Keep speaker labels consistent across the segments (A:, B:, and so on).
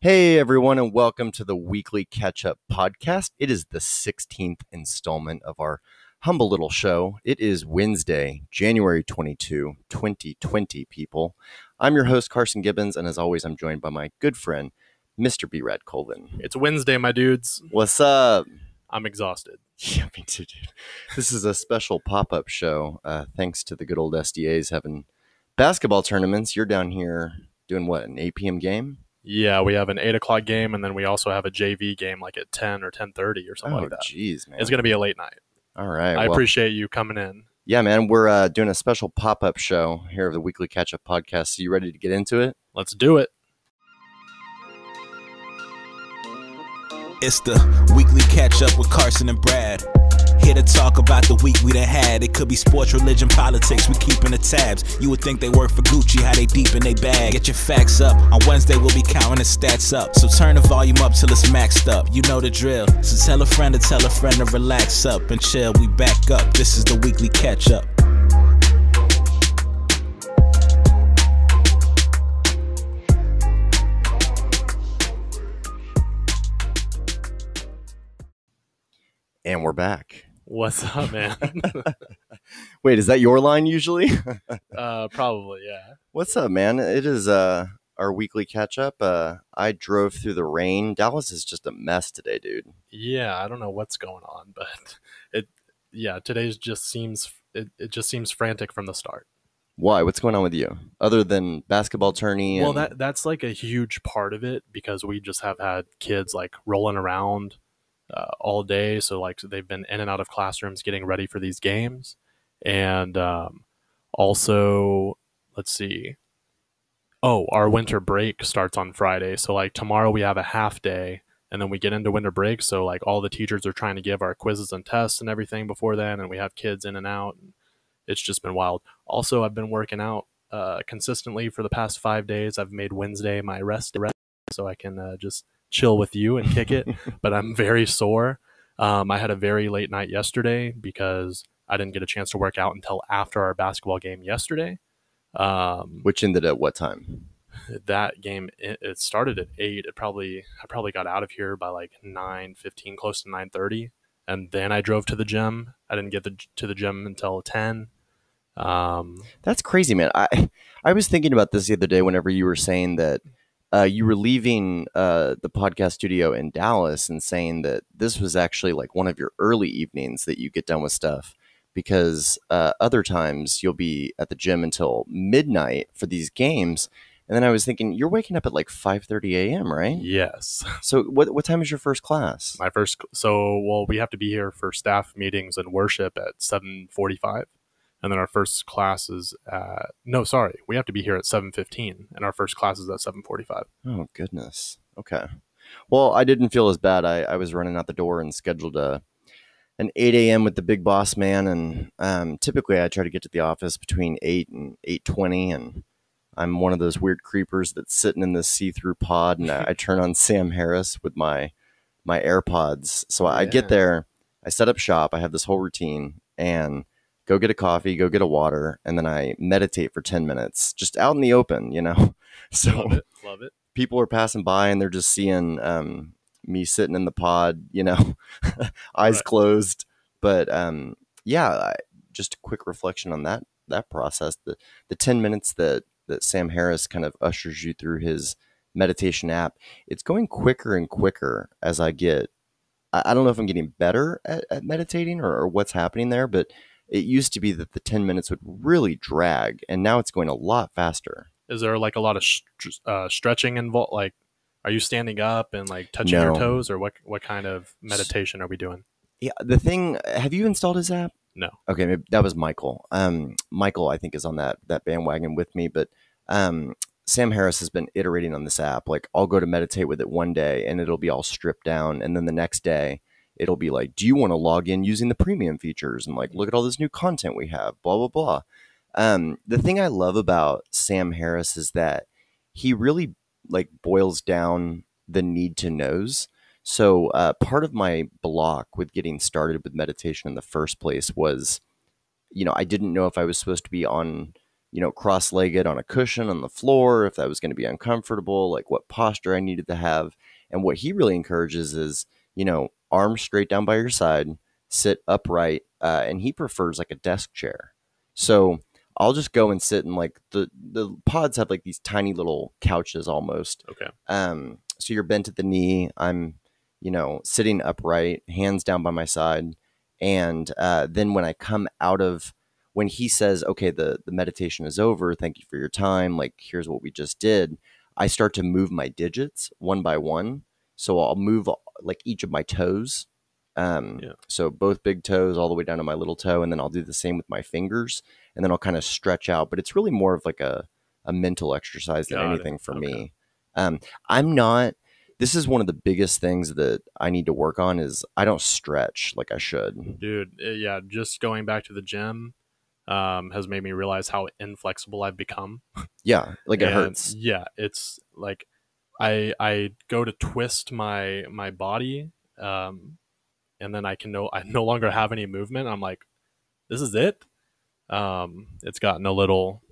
A: Hey, everyone, and welcome to the weekly catch up podcast. It is the 16th installment of our humble little show. It is Wednesday, January 22, 2020, people. I'm your host, Carson Gibbons, and as always, I'm joined by my good friend, Mr. B. Rad Colvin.
B: It's Wednesday, my dudes.
A: What's up?
B: I'm exhausted.
A: Yeah, me too, dude. This is a special pop up show. Uh, thanks to the good old SDAs having basketball tournaments. You're down here doing what, an 8 p.m. game?
B: Yeah, we have an eight o'clock game, and then we also have a JV game like at ten or ten thirty or something like that.
A: jeez, man.
B: It's gonna be a late night.
A: All right.
B: I
A: Oh, well-
B: appreciate you coming in.
A: Yeah, man, we're uh, doing a special pop up show here of the weekly catch up podcast. So you ready to get into it?
B: Let's do it.
C: It's the weekly catch up with Carson and Brad. Here to talk about the week we done had. It could be sports, religion, politics. We keeping the tabs. You would think they work for Gucci, how they deep in they bag. Get your facts up. On Wednesday we'll be counting the stats up. So turn the volume up till it's maxed up. You know the drill. So tell a friend to tell a friend to relax up and chill. We back up. This is the weekly catch up.
A: And we're back.
B: What's up, man?
A: Wait, is that your line usually?
B: uh, probably, yeah.
A: What's up, man? It is uh, our weekly catch up. Uh, I drove through the rain. Dallas is just a mess today, dude.
B: Yeah, I don't know what's going on, but it. Yeah, today's just seems it, it just seems frantic from the start.
A: Why? What's going on with you? Other than basketball tourney?
B: Well,
A: and-
B: that that's like a huge part of it because we just have had kids like rolling around uh, all day, so like they've been in and out of classrooms getting ready for these games, and um, also let's see, oh, our winter break starts on Friday, so like tomorrow we have a half day, and then we get into winter break, so like all the teachers are trying to give our quizzes and tests and everything before then, and we have kids in and out. And it's just been wild. Also, I've been working out uh, consistently for the past five days. I've made Wednesday my rest day, so I can uh, just chill with you and kick it. but I'm very sore. Um, I had a very late night yesterday because I didn't get a chance to work out until after our basketball game yesterday. Um,
A: Which ended at what time?
B: that game it, it started at eight. It probably I probably got out of here by like nine fifteen, close to nine thirty, and then I drove to the gym. I didn't get the, to the gym until ten. Um,
A: That's crazy, man. I I was thinking about this the other day whenever you were saying that uh, you were leaving uh, the podcast studio in Dallas and saying that this was actually like one of your early evenings that you get done with stuff because uh, other times you'll be at the gym until midnight for these games. And then I was thinking, you're waking up at like 5:30 a.m., right?
B: yes.
A: So what what time is your first class?
B: my first so well we have to be here for staff meetings and worship at 7.45 and then our first class is at, no sorry we have to be here at 7.15 and our first class is at 7.45
A: Oh goodness. Okay. Well, I didn't feel as bad. I, I was running out the door and scheduled a an eight a.m. with the big boss man, and um, typically I try to get to the office between eight and eight twenty, and I'm one of those weird creepers that's sitting in the see-through pod, and I, I turn on Sam Harris with my my AirPods. So I
B: Yeah.
A: get there, I set up shop, I have this whole routine, and go get a coffee, go get a water, and then I meditate for ten minutes, just out in the open, you know. So
B: love it love it
A: people are passing by and they're just seeing um, me sitting in the pod, you know, eyes
B: Right.
A: closed. But um, yeah, I, just a quick reflection on that that process. The the ten minutes that that Sam Harris kind of ushers you through his meditation app, it's going quicker and quicker as I get. I, I don't know if I'm getting better at, at meditating or, or what's happening there, but it used to be that the 10 minutes would really drag, and now it's going a lot faster.
B: is there like a lot of str uh, stretching involved like are you standing up and like touching your
A: No.
B: toes or what what kind of meditation are we doing
A: Yeah, the thing. Have you installed his app?
B: No.
A: Okay, maybe that was Michael. Um, Michael, I think, is on that that bandwagon with me. But um, Sam Harris has been iterating on this app. Like, I'll go to meditate with it one day, and it'll be all stripped down, and then the next day, it'll be like, "Do you want to log in using the premium features?" And like, look at all this new content we have. Blah blah blah. Um, the thing I love about Sam Harris is that he really like boils down the need to knows. So uh, part of my block with getting started with meditation in the first place was, you know, I didn't know if I was supposed to be on you know, cross legged on a cushion on the floor, if that was going to be uncomfortable, like what posture I needed to have. And what he really encourages is, you know, arms straight down by your side, sit upright. Uh, and he prefers like a desk chair. So I'll just go and sit in like the, the pods have like these tiny little couches almost.
B: Okay.
A: Um, so you're bent at the knee. I'm, you know, sitting upright, hands down by my side. And uh, then when I come out of when he says, okay, the, the meditation is over, thank you for your time, like here's what we just did, I start to move my digits one by one. So I'll move like each of my toes. Um,
B: Yeah.
A: So both big toes all the way down to my little toe. And then I'll do the same with my fingers. And then I'll kind of stretch out. But it's really more of like a, a mental exercise than
B: Got it.
A: anything for
B: Okay.
A: me. Um, I'm not. This is one of the biggest things that I need to work on is I don't stretch like I should.
B: Dude, eh, yeah, just going back to the gym um, has made me realize how inflexible I've become.
A: Yeah, like it
B: And,
A: hurts.
B: Yeah, it's like I I go to twist my my body, um, and then I can no I no longer have any movement. I'm like, this is it. Um, it's gotten a little,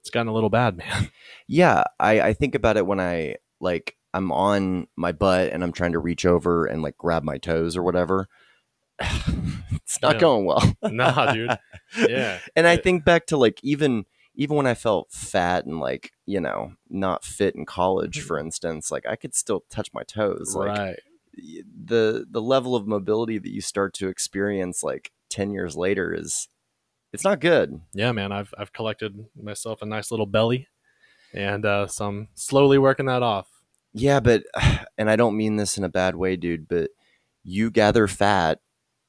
B: it's gotten a little bad, man.
A: Yeah, I, I think about it when I like I'm on my butt and I'm trying to reach over and like grab my toes or whatever. it's not
B: Yeah.
A: going well.
B: nah, dude. Yeah,
A: And I
B: It-
A: think back to like even even when I felt fat and like, you know, not fit in college,
B: Mm-hmm.
A: for instance, like I could still touch my toes. Like
B: right.
A: y- the the level of mobility that you start to experience like 10 years later is it's not good.
B: Yeah, man. I've I've collected myself a nice little belly, and uh, so I'm slowly working that off.
A: Yeah, but and I don't mean this in a bad way, dude, but you gather fat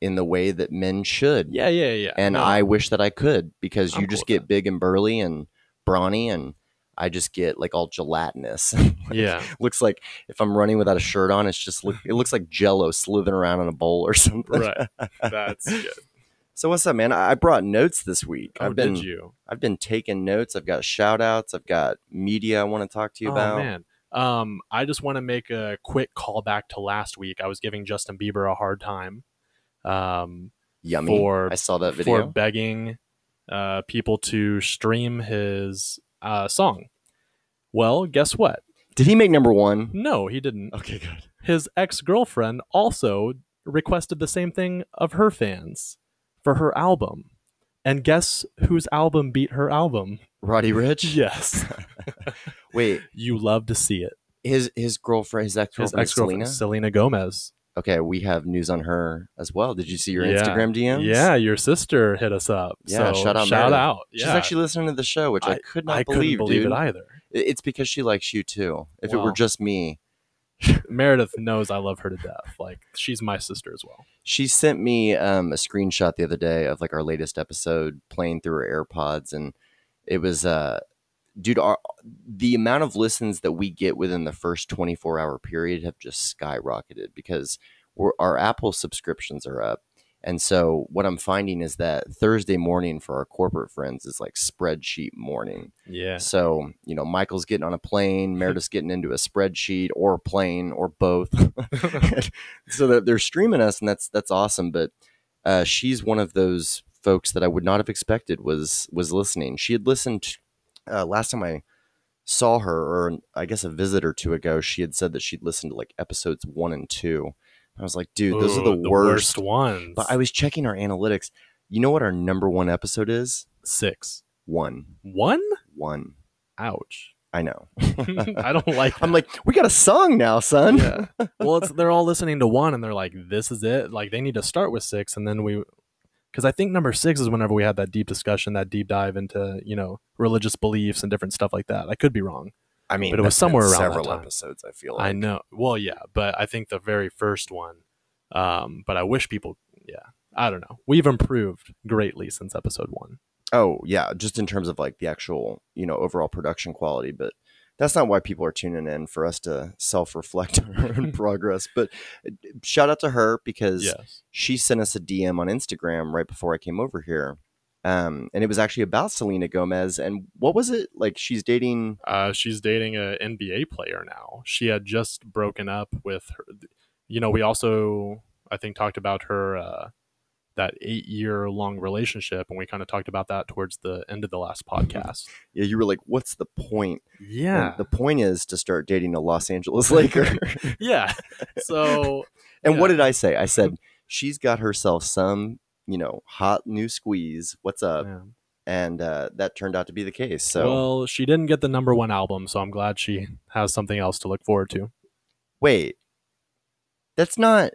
A: in the way that men should.
B: Yeah, yeah, yeah.
A: And
B: No,
A: I wish that I could because you
B: I'm cool
A: just
B: with
A: get
B: that.
A: big and burly and brawny and I just get like all gelatinous.
B: yeah,
A: looks like if I'm running without a shirt on, it's just look it looks like jello slithering around in a bowl or something.
B: right. That's good.
A: So what's up, man? I I brought notes this week.
B: Oh,
A: I've been
B: did you?
A: I've been taking notes. I've got shout outs. I've got media I want to talk to you about.
B: Oh man. Um, I just want to make a quick callback to last week. I was giving Justin Bieber a hard time um,
A: Yummy.
B: For-
A: I saw that
B: for
A: video.
B: begging uh, people to stream his uh, song. Well, guess what?
A: Did he make number one?
B: No, he didn't.
A: Okay, good.
B: His ex girlfriend also requested the same thing of her fans for her album. And guess whose album beat her album?
A: Roddy Rich.
B: Yes.
A: Wait,
B: you love to see it.
A: his his girlfriend, his ex
B: His
A: girlfriend,
B: ex
A: Selena.
B: girlfriend, Selena Gomez.
A: Okay, we have news on her as well. Did you see your
B: Yeah.
A: Instagram DMs?
B: Yeah, your sister hit us up.
A: Yeah,
B: so
A: shout out
B: Shout
A: Meredith.
B: out.
A: She's
B: Yeah.
A: actually listening to the show, which I, could not
B: I
A: believe,
B: couldn't believe
A: dude.
B: it either.
A: It- It's because she likes you too. If it were
B: Wow.
A: just me,
B: Meredith knows I love her to death. Like she's my sister as well.
A: she sent me um, a screenshot the other day of like our latest episode playing through her AirPods, and it was, uh, dude, our, the amount of listens that we get within the first 24 hour period have just skyrocketed because we're, our Apple subscriptions are up. And so what I'm finding is that Thursday morning for our corporate friends is like spreadsheet morning.
B: Yeah.
A: So, you know, Michael's getting on a plane, Meredith's getting into a spreadsheet or a plane or both. so that they're streaming us and that's that's awesome, but uh, she's one of those folks that I would not have expected was was listening. She had listened uh, last time I saw her or I guess a visit or two ago, she had said that she'd listened to like episodes 1 and 2. I was like, dude, those are
B: Ooh,
A: the, worst.
B: worst ones.
A: But I was checking our analytics. You know what our number 1 episode is?
B: six.
A: 1.
B: One?
A: 1.
B: Ouch.
A: I know.
B: I don't like
A: I'm like, we got a song now, son.
B: Yeah. well, it's, they're all listening to one and they're like, this is it. Like, they need to start with six. And then we, because I think number six is whenever we had that deep discussion, that deep dive into, you know, religious beliefs and different stuff like that. I could be wrong.
A: I mean,
B: But it was
A: that's
B: somewhere
A: been
B: around that
A: several
B: time.
A: episodes. I feel
B: I
A: like
B: know. Well, yeah, but I think the very first one. Um, but I wish people. Yeah, I don't know. We've improved greatly since episode one.
A: Oh yeah, just in terms of like the actual you know overall production quality, but that's not why people are tuning in for us to self reflect on our own progress. But uh, shout out to her because
B: Yes.
A: she sent us a DM on Instagram right before I came over here. Um, and it was actually about Selena Gomez and what was it like? She's dating.
B: Uh, she's dating a NBA player now. She had just broken up with her. You know, we also I think talked about her uh, that eight year long relationship. And we kind of talked about that towards the end of the last podcast.
A: Yeah, you were like, what's the point? And
B: Yeah.
A: the point is to start dating a Los Angeles Laker.
B: yeah. So,
A: and what
B: Yeah.
A: did I say? I said, she's got herself some, you know, hot new squeeze. What's up?
B: yeah.
A: And uh, that turned out to be the case. So
B: well, she didn't get the number one album. So I'm glad she has something else to look forward to.
A: wait, that's not,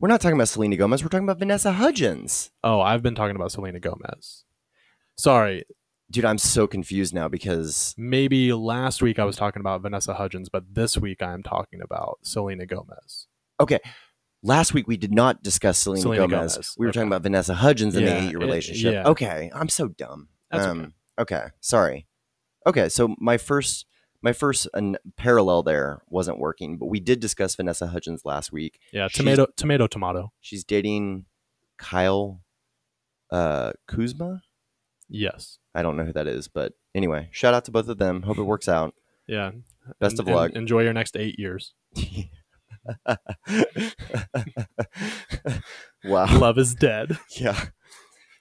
A: we're not talking about Selena Gomez. We're talking about Vanessa Hudgens.
B: Oh, I've been talking about Selena Gomez. Sorry,
A: Dude, I'm so confused now because
B: maybe last week I was talking about Vanessa Hudgens, but this week I'm talking about Selena Gomez.
A: last week we did not discuss Selena,
B: Selena
A: Gomez.
B: Gomez,
A: We were
B: okay.
A: talking about Vanessa Hudgens and
B: Yeah,
A: the eight year
B: it-
A: relationship.
B: yeah.
A: Okay. I'm so dumb. Um,
B: That's
A: okay. Sorry. Okay. So my first my first an, parallel there wasn't working, but we did discuss Vanessa Hudgens last week.
B: Yeah,
A: She's-
B: tomato, tomato, tomato.
A: She's dating Kyle uh, Kuzma.
B: Yes.
A: I don't know who that is, but anyway, shout out to both of them. Hope it works out.
B: Yeah.
A: Best of
B: En- en-
A: luck.
B: Enjoy your next eight years.
A: wow.
B: Love is dead.
A: Yeah.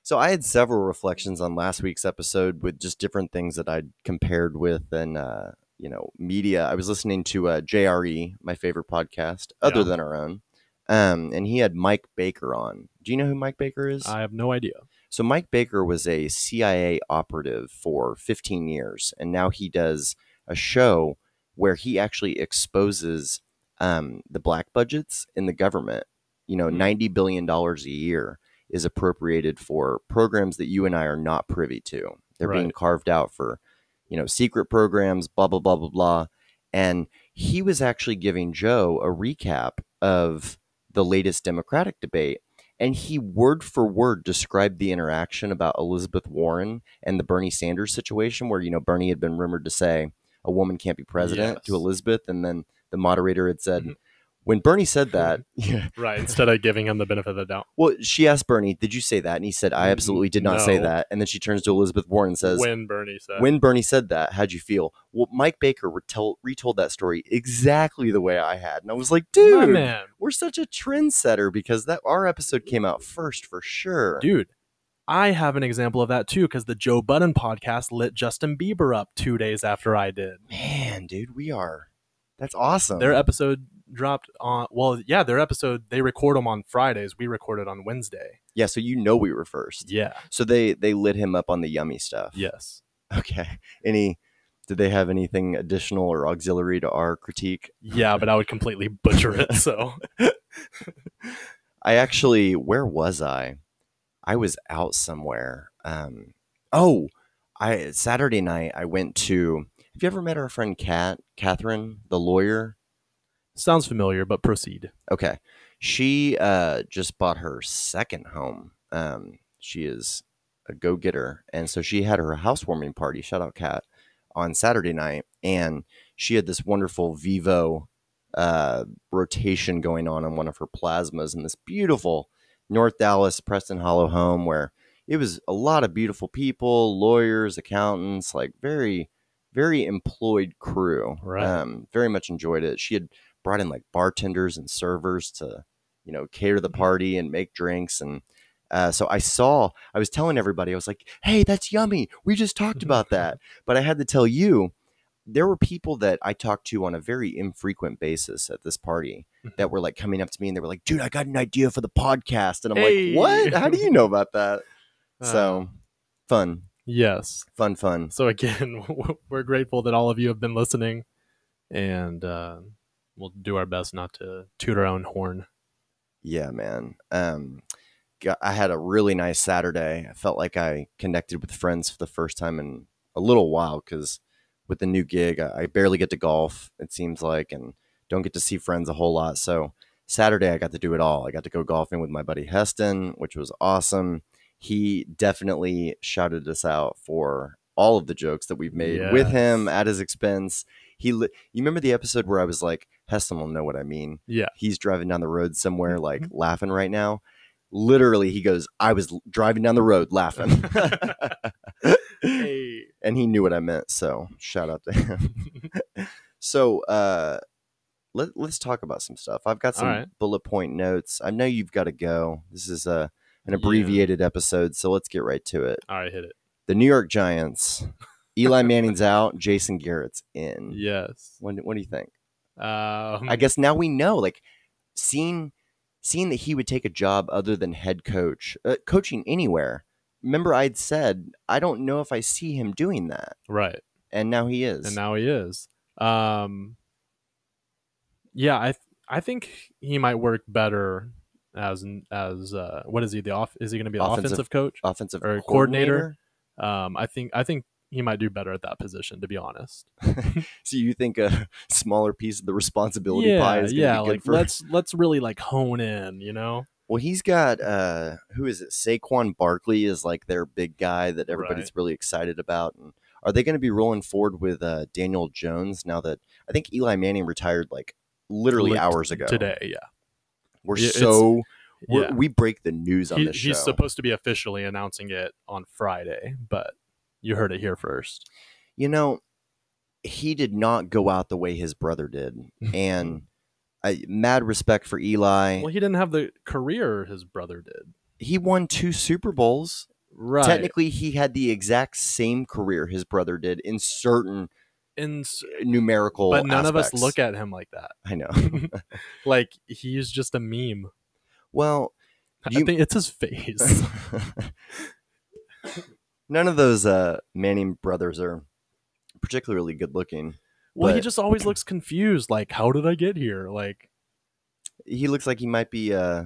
A: So I had several reflections on last week's episode with just different things that I'd compared with and uh, you know, media. I was listening to uh, JRE, my favorite podcast, other
B: Yeah.
A: than our own. Um, and he had Mike Baker on. Do you know who Mike Baker is?
B: I have no idea.
A: So Mike Baker was a CIA operative for 15 years, and now he does a show where he actually exposes um, the black budgets in the government. You know,
B: Hmm.
A: 90 billion dollars a year is appropriated for programs that you and I are not privy to. They're being
B: Right.
A: carved out for, you know, secret programs, blah blah blah blah blah. And he was actually giving Joe a recap of the latest Democratic debate and he word for word described the interaction about Elizabeth Warren and the Bernie Sanders situation, where you know Bernie had been rumored to say a woman can't be president to
B: Yes.
A: Elizabeth, and then the moderator had said,
B: Mhm.
A: when Bernie said that, yeah,
B: Right. Instead of giving him the benefit of the doubt.
A: well, she asked Bernie, "Did you say that?" And he said, "I
B: N-
A: absolutely did not say
B: Mm-hmm. no.
A: that." And then she turns to Elizabeth Warren and says.
B: when uh, Bernie said.
A: When Bernie said that, how'd you feel? Well, Mike Baker retell, retold that story exactly the way I had. And I was like,
B: My
A: dude,
B: man.
A: we're such a trendsetter because that our episode came out first for sure.
B: Dude, I have an example of that too because the Joe Budden podcast lit Justin Bieber up two days after I did.
A: Man, dude, we are. That's awesome.
B: Their episode dropped on, well, yeah, their episode, they record them on Fridays. We recorded on Wednesday.
A: yeah, so you know we were first.
B: Yeah.
A: So they they lit him up on the yummy stuff.
B: Yes.
A: Okay. Any did they have anything additional or auxiliary to our critique?
B: Yeah, but I would completely butcher it. So,
A: I actually where was I? I was out somewhere. Um oh, I Saturday night I went to have you ever met our friend Kat, Catherine, the lawyer?
B: sounds familiar, but proceed.
A: Okay. She uh, just bought her second home. Um, she is a go getter. And so she had her housewarming party, shout out Kat, on Saturday night. And she had this wonderful Vivo uh, rotation going on in one of her plasmas in this beautiful North Dallas Preston Hollow home where it was a lot of beautiful people, lawyers, accountants, like very, very employed crew.
B: Right.
A: Um, very much enjoyed it. She had brought in like bartenders and servers to, you know, cater
B: Mm-hmm.
A: the party and make drinks. And uh, so I saw, I was telling everybody, I was like, hey, that's yummy. We just talked about that. But I had to tell you, there were people that I talked to on a very infrequent basis at this party that
B: Mm-hmm.
A: were like coming up to me and they were like, dude, I got an idea for the podcast. And I'm
B: Hey.
A: like, what? How do you know about that?
B: Uh,
A: So fun,
B: yes.
A: fun, fun.
B: So, again, we're grateful that all of you have been listening and uh, we'll do our best not to toot our own horn.
A: Yeah, man. Um, got, I had a really nice Saturday. I felt like I connected with friends for the first time in a little while because with the new gig, I, I barely get to golf, it seems like, and don't get to see friends a whole lot. So Saturday, I got to do it all. I got to go golfing with my buddy Heston, which was awesome. He definitely shouted us out for all of the jokes that we've made with him
B: Yes.
A: at his expense. He, li- you remember the episode where I was like, Heston will know what I mean
B: Yeah. Mm-hmm.
A: he's driving down the road somewhere like laughing right now literally he goes i was l- driving down the road laughing
B: Hey.
A: and he knew what i meant so shout out to him so uh let, let's talk about some stuff i've got
B: All
A: some
B: right.
A: bullet point notes i know you've got to go this is a an abbreviated episode, so let's get right to it.
B: All right, hit it.
A: The New York Giants. Eli Manning's out. Jason Garrett's in.
B: Yes.
A: When, what do you think?
B: Um,
A: I guess now we know. Like seeing seeing that he would take a job other than head coach, uh, coaching anywhere. Remember, I'd said I don't know if I see him doing that,
B: right.
A: and now he is.
B: and now he is. Um, yeah, I th- I think he might work better as an- as uh, what is he the off is he going to be an
A: Offensive-
B: offensive, coach?
A: offensive
B: or
A: coordinator.
B: coordinator. Um, I think I think he might do better at that position. To be honest,
A: So you think a smaller piece of the responsibility pie is going to be
B: yeah.
A: good
B: Like
A: for?
B: let's let's really like hone in. You know,
A: Well, he's got uh, who is it? Saquon Barkley is like their big guy that everybody's
B: Right.
A: really excited about. And are they going to be rolling forward with uh, Daniel Jones now that I think Eli Manning retired like literally
B: Lit-
A: hours ago?
B: today, yeah,
A: we're
B: Yeah, it's-
A: so we're,
B: yeah.
A: we break the news on
B: He-
A: this show.
B: he's supposed to be officially announcing it on Friday, but you heard it here first.
A: you know, he did not go out the way his brother did,
B: Mm-hmm.
A: and I, mad respect for Eli.
B: Well, he didn't have the career his brother did.
A: he won two Super Bowls.
B: Right.
A: Technically, he had the exact same career his brother did in certain
B: and s-
A: numerical.
B: but none of us
A: aspects.
B: look at him like that.
A: I know.
B: Like he's just a meme.
A: Well, You-
B: I think it's his face.
A: none of those uh, Manning brothers are particularly good looking.
B: well, he
A: But-
B: just always looks confused. Like, how did I get here? Like,
A: He looks like he might be. Uh,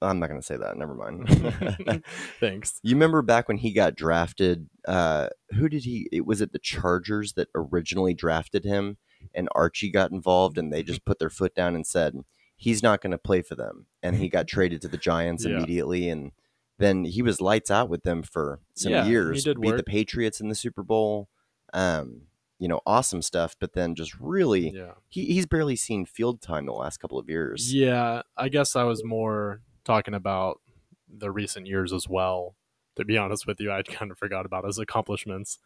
A: I'm not going to say that. Never mind.
B: thanks.
A: you remember back when he got drafted? Uh, who did he? It was it the Chargers that originally drafted him, and Archie got involved, and they just put their foot down and said he's not going to play for them, and he got traded to the Giants
B: Yeah.
A: immediately, and. Then he was lights out with them for some
B: Yeah, he
A: years.
B: did
A: beat the
B: work.
A: Patriots in the Super Bowl. Um, you know, awesome stuff. But then just really,
B: Yeah,
A: he, he's barely seen field time the last couple of years.
B: yeah. I guess I was more talking about the recent years as well. To be honest with you, I'd kind of forgot about his accomplishments.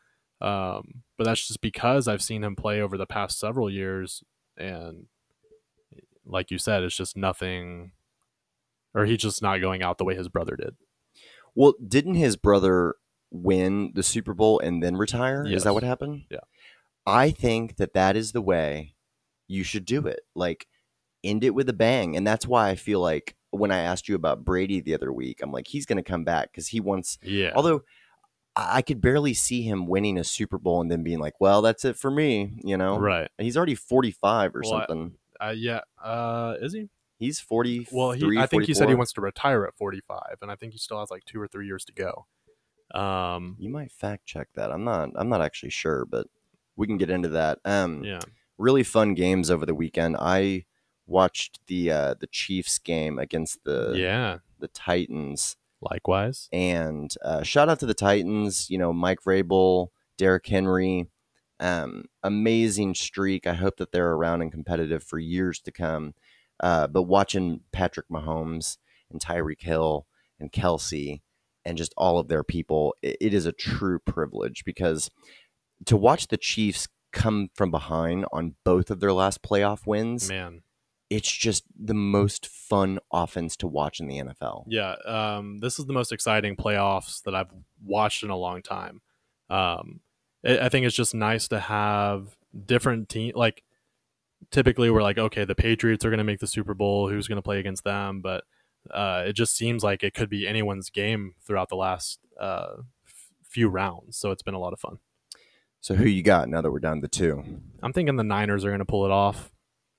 B: Um, but that's just because I've seen him play over the past several years, and like you said, it's just nothing, or he's just not going out the way his brother did.
A: Well, didn't his brother win the Super Bowl and then retire? Is that
B: Yes.
A: what happened?
B: Yeah.
A: I think that that is the way you should do it. Like, end it with a bang. And that's why I feel like when I asked you about Brady the other week, I'm like, he's going to come back because he wants,
B: Yeah.
A: although. I I could barely see him winning a Super Bowl and then being like, "Well, that's it for me," you know.
B: Right.
A: And he's already 45 or
B: Well, I-
A: something.
B: Uh, yeah. Uh, is he?
A: He's 40.
B: Well, he, I think he said he wants to retire at 45, and I think he still has like two or three years to go. Um,
A: You might fact check that. I'm not. I'm not actually sure, but we can get into that. Um,
B: yeah.
A: really fun games over the weekend. I watched the uh, the Chiefs game against the
B: yeah.
A: the Titans,
B: Likewise.
A: and uh, shout out to the Titans. You know, Mike Vrabel, Derrick Henry, um, amazing streak. I hope that they're around and competitive for years to come. Uh, but watching Patrick Mahomes and Tyreek Hill and Kelsey and just all of their people, i it is a true privilege because to watch the Chiefs come from behind on both of their last playoff wins,
B: Man.
A: it's just the most fun offense to watch in the NFL.
B: Yeah. Um, this is the most exciting playoffs that I've watched in a long time. Um, I I think it's just nice to have different team. Like, typically we're like, okay, the Patriots are going to make the Super Bowl. Who's going to play against them? But uh, it just seems like it could be anyone's game throughout the last uh, f- few rounds. So it's been a lot of fun.
A: So who you got now that we're down to two?
B: I'm thinking the Niners are going to pull it off.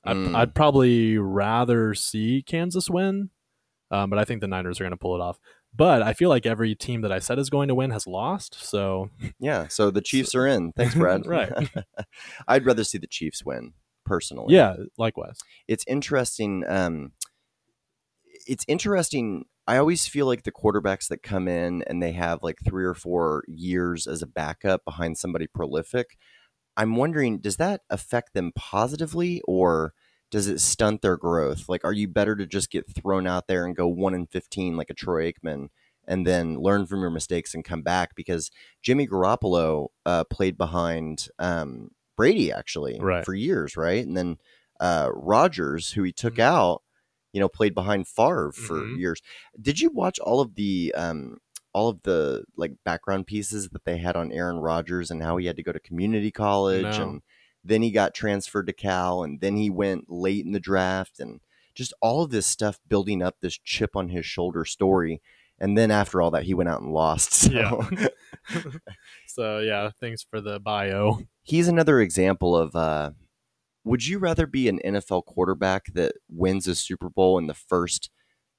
B: I'd,
A: Mm.
B: I'd probably rather see Kansas win, um, but I think the Niners are going to pull it off. But I feel like every team that I said is going to win has lost. So
A: Yeah, so the Chiefs are in. Thanks, Brad.
B: Right.
A: I'd rather see the Chiefs win personally.
B: yeah, likewise.
A: it's interesting. Um, it's interesting. I always feel like the quarterbacks that come in and they have like three or four years as a backup behind somebody prolific. I'm wondering, does that affect them positively or does it stunt their growth? Like, are you better to just get thrown out there and go one in 15 like a Troy Aikman and then learn from your mistakes and come back? Because Jimmy Garoppolo uh, played behind um, Brady actually
B: Right.
A: for years, right? And then uh, Rodgers, who he took
B: Mhm.
A: out, you you know, played behind Favre for
B: Mhm.
A: years. Did you watch all of the um, all of the like background pieces that they had on Aaron Rodgers and how he had to go to community college
B: No.
A: and then he got transferred to Cal and then he went late in the draft and just all of this stuff building up this chip on his shoulder story. And then after all that, he went out and lost. So
B: Yeah. So yeah, thanks for the bio.
A: he's another example of uh, would you rather be an NFL quarterback that wins a Super Bowl in the first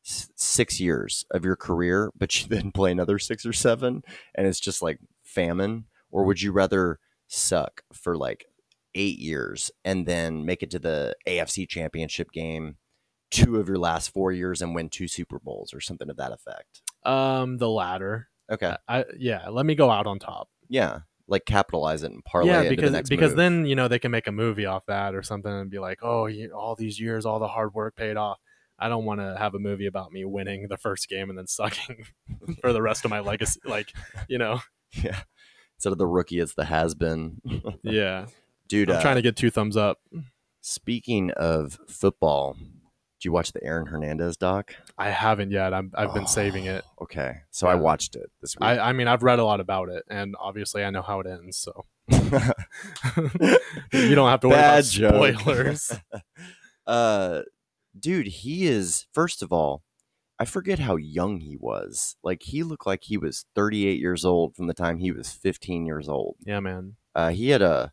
A: s- six years of your career, but you then play another six or seven and it's just like famine? Or would you rather suck for like eight years and then make it to the AFC championship game? Two of your last four years and win two Super Bowls or something to that effect.
B: Um, the latter.
A: Okay.
B: I yeah, let me go out on top.
A: Yeah. Like capitalize it and parlay it
B: yeah,
A: into
B: because
A: the next
B: because
A: move.
B: then you know they can make a movie off that or something and be like, oh, you, all these years, all the hard work paid off. I don't want to have a movie about me winning the first game and then sucking for the rest of my legacy. Like, you know,
A: Yeah. Instead of the rookie, it's the has been.
B: yeah.
A: Dude,
B: I'm
A: uh,
B: trying to get two thumbs up.
A: speaking of football, did you watch the Aaron Hernandez doc?
B: I haven't yet. I'm, I've been saving it.
A: Okay. So I
B: Yeah.
A: watched it this week.
B: I, I mean, I've read a lot about it, and obviously, I know how it ends. So you don't have to worry
A: Bad
B: about
A: joke.
B: spoilers.
A: uh, dude, he is, first of all, I forget how young he was. Like, he looked like he was 38 years old from the time he was 15 years old.
B: yeah, man.
A: Uh, he had a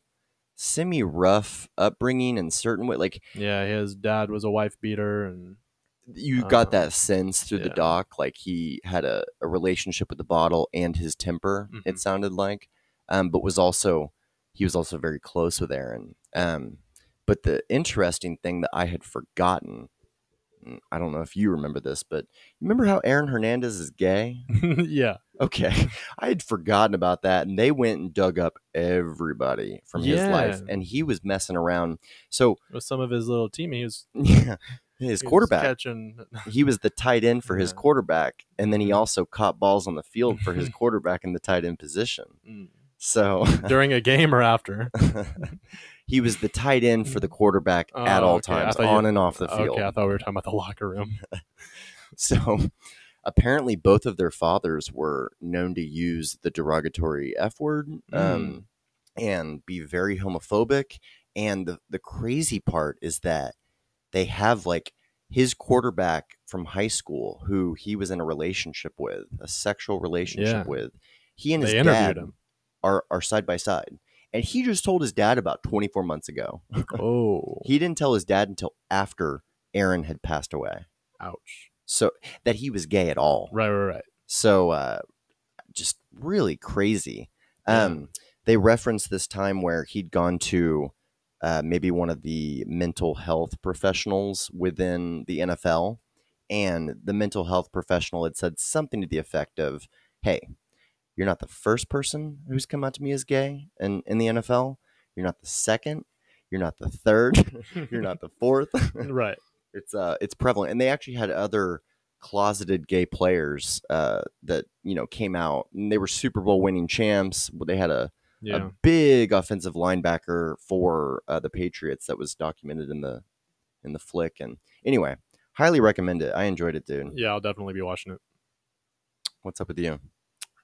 A: semi rough upbringing in certain way. Like,
B: Yeah, his dad was a wife beater, and
A: you
B: Uh,
A: got that sense through the
B: yeah.
A: doc like he had a, a relationship with the bottle and his temper it
B: Mhm.
A: sounded like um, but was also he was also very close with aaron um, but the interesting thing that i had forgotten mm, i don't know if you remember this but remember how aaron hernandez is gay
B: yeah,
A: okay i had forgotten about that and they went and dug up everybody from his life
B: Yeah.
A: and he was messing around so
B: with some of his little team, he was
A: yeah his
B: he was
A: quarterback
B: catching.
A: he was the tight end for his
B: Yeah.
A: quarterback, and then he also caught balls on the field for his quarterback in the tight end position.
B: Mm.
A: So
B: during a game or after.
A: he was the tight end for the quarterback at
B: Oh,
A: all
B: okay. I
A: times,
B: thought you-
A: on and off the field.
B: Okay, I thought we were talking about the locker room.
A: So apparently, both of their fathers were known to use the derogatory F word
B: Mm.
A: um, and be very homophobic. And the, the crazy part is that they have like his quarterback from high school, who he was in a relationship with, a sexual relationship
B: Yeah.
A: with. He and his
B: They
A: dad
B: interviewed him.
A: are, are side by side. And he just told his dad about 24 months ago.
B: Oh,
A: He didn't tell his dad until after Aaron had passed away
B: ouch!
A: so that he was gay at all.
B: Right, right, right.
A: So uh, just really crazy.
B: Yeah.
A: Um, They referenced this time where he'd gone to uh, maybe one of the mental health professionals within the NFL, and the mental health professional had said something to the effect of, "Hey, you're not the first person who's come out to me as gay, and in the NFL, you're not the second, you're not the third, you're not the fourth
B: right.
A: it's uh it's prevalent and they actually had other closeted gay players uh that you know came out and they were super bowl winning champs they had a,
B: Yeah,
A: a big offensive linebacker for uh, the patriots that was documented in the in the flick and anyway highly recommend it i enjoyed it dude
B: yeah. I'll definitely be watching it.
A: what's up with you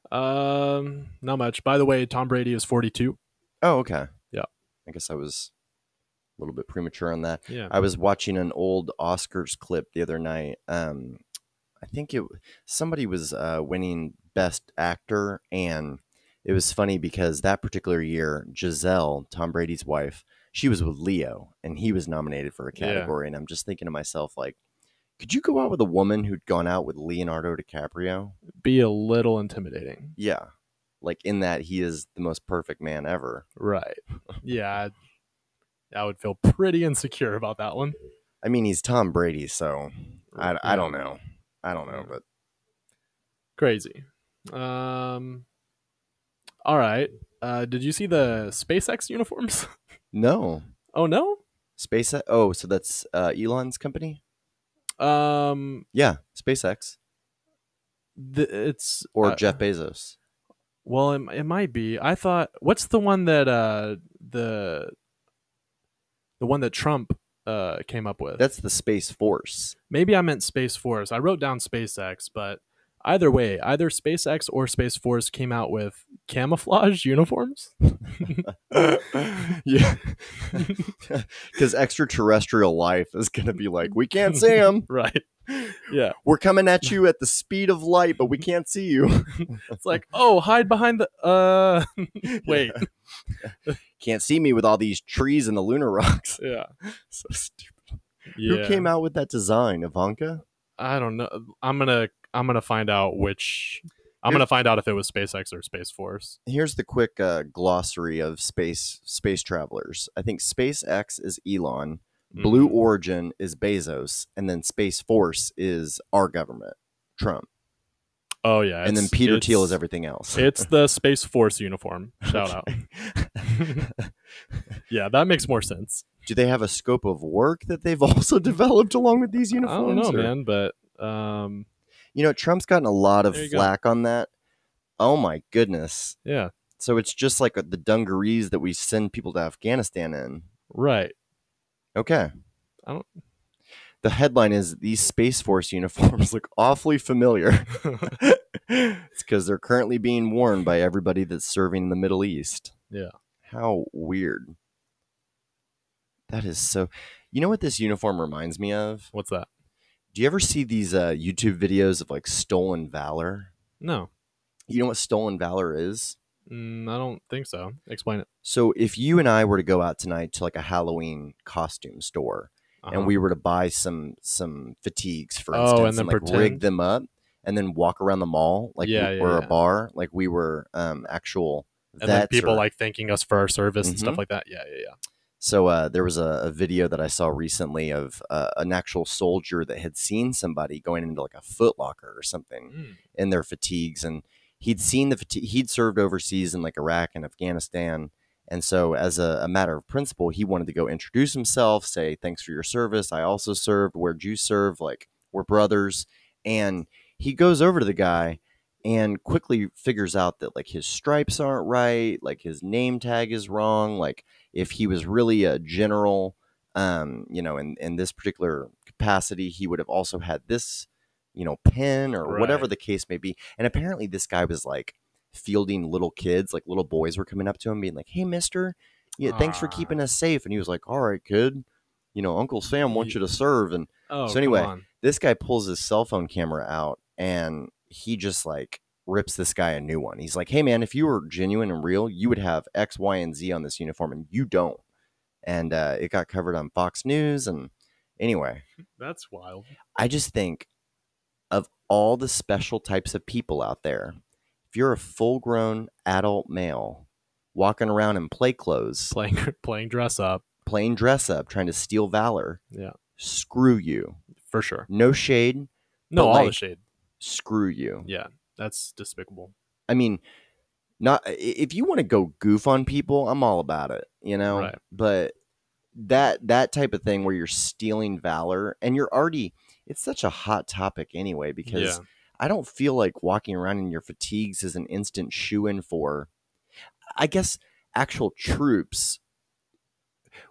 B: Um, not much. By the way, Tom Brady is 42.
A: oh okay
B: Yeah.
A: i guess i was a little bit premature on that
B: Yeah.
A: I was watching an old Oscars clip the other night. Um, I think it somebody was uh, winning Best Actor, and it was funny because that particular year, Giselle, Tom Brady's wife, she was with Leo, and he was nominated for a
B: Yeah.
A: category. And I'm just thinking to myself, like, could you go out with a woman who'd gone out with Leonardo DiCaprio?
B: Be a little intimidating.
A: Yeah, like in that he is the most perfect man ever.
B: Right. Yeah. I, I would feel pretty insecure about that one.
A: I mean, he's Tom Brady, so I, I don't
B: Yeah.
A: know. I don't know, but
B: Crazy. Um. All right. Uh, did you see the SpaceX uniforms?
A: no.
B: oh no.
A: SpaceX. Oh, so that's uh, Elon's company.
B: Um.
A: Yeah, SpaceX
B: th- it's
A: or
B: uh,
A: Jeff Bezos.
B: Well, it, m- it might be. I thought. What's the one that uh the the one that Trump uh, came up with.
A: That's the Space Force.
B: Maybe I meant Space Force. I wrote down SpaceX, but either way, either SpaceX or Space Force came out with camouflage uniforms.
A: yeah. Because extraterrestrial life is going to be like, we can't see them.
B: right. Yeah.
A: We're coming at you at the speed of light, but we can't see you.
B: It's like, oh, hide behind the. Uh, wait.
A: Can't see me with all these trees and the lunar rocks.
B: Yeah.
A: so stupid.
B: yeah.
A: Who came out with that design? Ivanka?
B: I don't know. I'm gonna. I'm gonna find out which. I'm
A: Here's-
B: gonna find out if it was SpaceX or Space Force.
A: Here's the quick uh, glossary of space space travelers. I think SpaceX is Elon, Blue
B: Mm.
A: Origin is Bezos, and then Space Force is our government, Trump,
B: Oh yeah.
A: and then
B: it's-
A: Peter Thiel
B: it's-
A: is everything else.
B: It's the Space Force uniform. Shout out. Yeah, that makes more sense.
A: Do they have a scope of work that they've also developed along with these
B: I
A: uniforms?
B: don't know,
A: or-
B: man, but um,
A: You know, Trump's gotten a lot of
B: There you go.
A: flack on that. Oh my goodness!
B: yeah,
A: So it's just like uh, the dungarees that we send people to Afghanistan in.
B: right.
A: Okay.
B: I don't-
A: The headline is these Space Force uniforms look awfully familiar. it's because they're currently being worn by everybody that's serving in the Middle East.
B: Yeah.
A: How weird. That is so. You know what this uniform reminds me of?
B: What's that?
A: Do you ever see these uh, YouTube videos of like stolen valor?
B: No,
A: You know what stolen valor is?
B: mm, I don't think so. Explain it.
A: So if you and I were to go out tonight to like a Halloween costume store,
B: Uh-huh.
A: and we were to buy some some fatigues for
B: Oh,
A: instance
B: and then
A: like rig
B: pretend?
A: them up and then walk around the mall like
B: Yeah,
A: we
B: yeah,
A: were
B: yeah.
A: a bar like we were um actual
B: and then
A: vets
B: people
A: or-
B: like thanking us for our service and stuff
A: Mhm.
B: like that. Yeah, yeah, yeah.
A: so uh there was a, a video that i saw recently of uh, an actual soldier that had seen somebody going into like a foot locker or something
B: Mm,
A: in their fatigues and he'd seen the fatigue he'd served overseas in like iraq and afghanistan and so as a, a matter of principle he wanted to go introduce himself say thanks for your service i also served where'd you serve like we're brothers and he goes over to the guy and quickly figures out that like his stripes aren't right like his name tag is wrong like if he was really a general um you know in, in this particular capacity he would have also had this you know pin or whatever
B: Right.
A: the case may be and apparently this guy was like fielding little kids like little boys were coming up to him being like hey mister yeah thanks for
B: Ah.
A: keeping us safe and he was like all right kid you know uncle sam wants you to serve and
B: Oh,
A: So
B: come
A: anyway,
B: on.
A: this guy pulls his cell phone camera out and he just like rips this guy a new one. He's like, "Hey man, if you were genuine and real, you would have X, Y, and Z on this uniform, and you don't." And uh, it got covered on Fox News. And anyway,
B: that's wild.
A: I just think of all the special types of people out there. If you're a full-grown adult male walking around in play clothes,
B: Playing playing dress up
A: plain dress up, trying to steal valor,
B: Yeah.
A: screw you.
B: for sure.
A: No shade,
B: No,
A: But,
B: all the
A: like-
B: shade.
A: screw you.
B: Yeah, that's despicable.
A: I mean, not i- if you want to go goof on people, I'm all about it, you know.
B: Right.
A: But that that type of thing where you're stealing valor and you're already it's such a hot topic anyway because
B: Yeah,
A: I don't feel like walking around in your fatigues is an instant shoe in for I guess actual troops.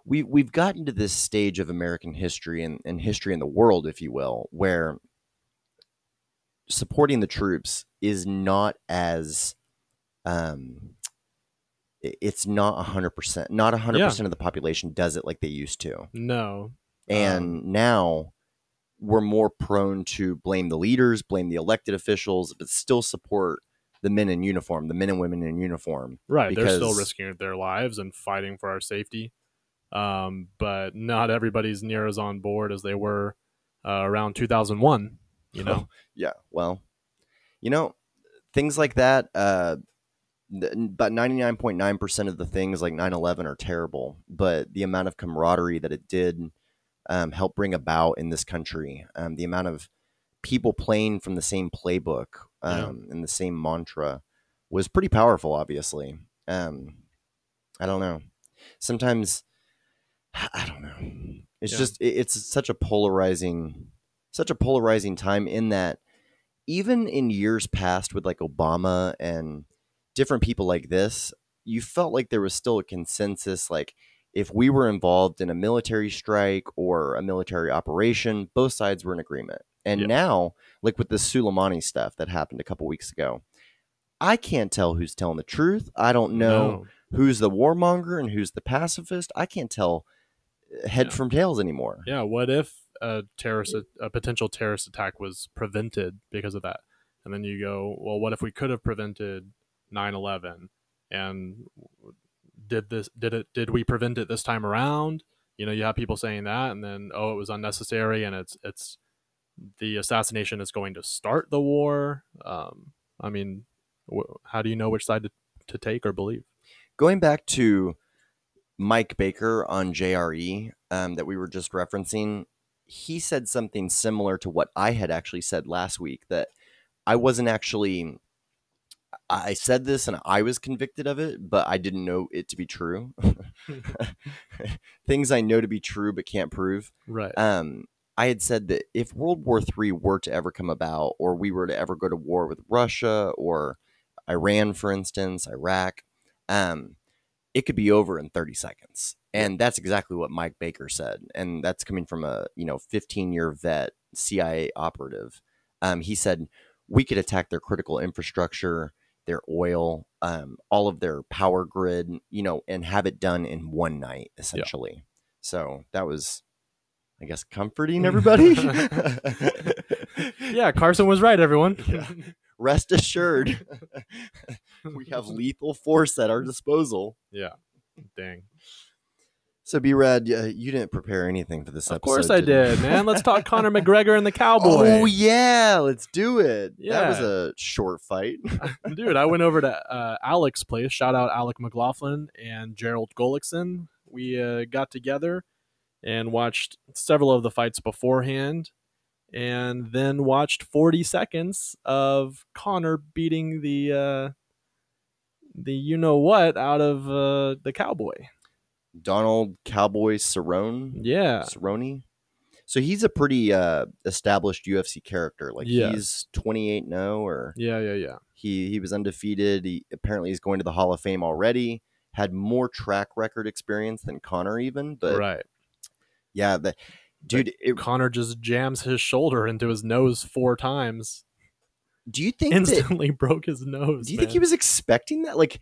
A: We we've gotten to this stage of American history and, and history in the world, if you will, where supporting the troops is not as um i- it's not 100% not 100% of the population does it like they used to
B: no,
A: and now we're more prone to blame the leaders, blame the elected officials, but still support the men in uniform, the men and women in uniform.
B: right. they're still
A: because-
B: risking their lives and fighting for our safety, um, but not everybody's near as on board as they were uh, around 2001.
A: Oh,
B: You know,
A: Yeah. Well, you know, things like that. Uh, th- but 99.9% of the things like 9-11 are terrible but the amount of camaraderie that it did um, help bring about in this country um, the amount of people playing from the same playbook
B: Yeah.
A: um, and the same mantra was pretty powerful obviously um, i don't know sometimes i don't know it's
B: Yeah.
A: just it, it's such a polarizing such a polarizing time in that even in years past with like obama and different people like this you felt like there was still a consensus like if we were involved in a military strike or a military operation, both sides were in agreement. And
B: Yeah.
A: now, like with the Suleimani stuff that happened a couple weeks ago, I can't tell who's telling the truth. I don't know who's the warmonger and who's the pacifist. I can't tell eh, head
B: Yeah.
A: from tails anymore.
B: Yeah, what if a terrorist a potential terrorist attack was prevented because of that? And then you go, well, what if we could have prevented 9/11 and did this did it did we prevent it this time around? You know, you have people saying that and then oh, it was unnecessary and it's it's the assassination is going to start the war. Um, I mean, wh- how do you know which side to, to take or believe?
A: Going back to Mike Baker on JRE um, that we were just referencing, he said something similar to what I had actually said last week that I wasn't actually. I I said this and I was convicted of it, but I didn't know it to be true. Things I know to be true but can't prove.
B: Right.
A: um, I had said that if World War III were to ever come about, or we were to ever go to war with Russia or Iran, for instance, Iraq, um, it could be over in 30 seconds. And that's exactly what Mike Baker said. And that's coming from a you know 15 year vet CIA operative. Um, he said we could attack their critical infrastructure, their oil, um, all of their power grid, you know, and have it done in one night essentially. So that was, I guess, comforting everybody.
B: Mm. yeah, Carson was right, everyone.
A: Yeah. Rest assured, we have lethal force at our disposal.
B: Yeah. Dang.
A: So, B Rad, uh, you didn't prepare anything for this episode.
B: Of course I
A: did you?
B: did, man. Let's talk Conor McGregor and the Cowboy.
A: Oh yeah, let's do it. That was
B: Yeah.
A: a short fight.
B: Dude, I went over to uh, Alec's place. Shout out Alec McLaughlin and Gerald Golickson. We uh, got together and watched several of the fights beforehand and then watched 40 seconds of Connor beating the uh, the you know what out of uh, the cowboy.
A: Donald Cowboy Cerrone.
B: Yeah.
A: Cerrone. So he's a pretty uh, established UFC character. Like
B: Yes.
A: he's twenty eight zero, or
B: Yeah, yeah, yeah.
A: he he was undefeated. He apparently he's going to the Hall of Fame already. Had more track record experience than Connor even, but
B: right.
A: yeah, the, dude. It,
B: Connor just jams his shoulder into his nose four times.
A: do you think that,
B: Instantly broke his nose.
A: do you
B: man.
A: think he was expecting that? Like,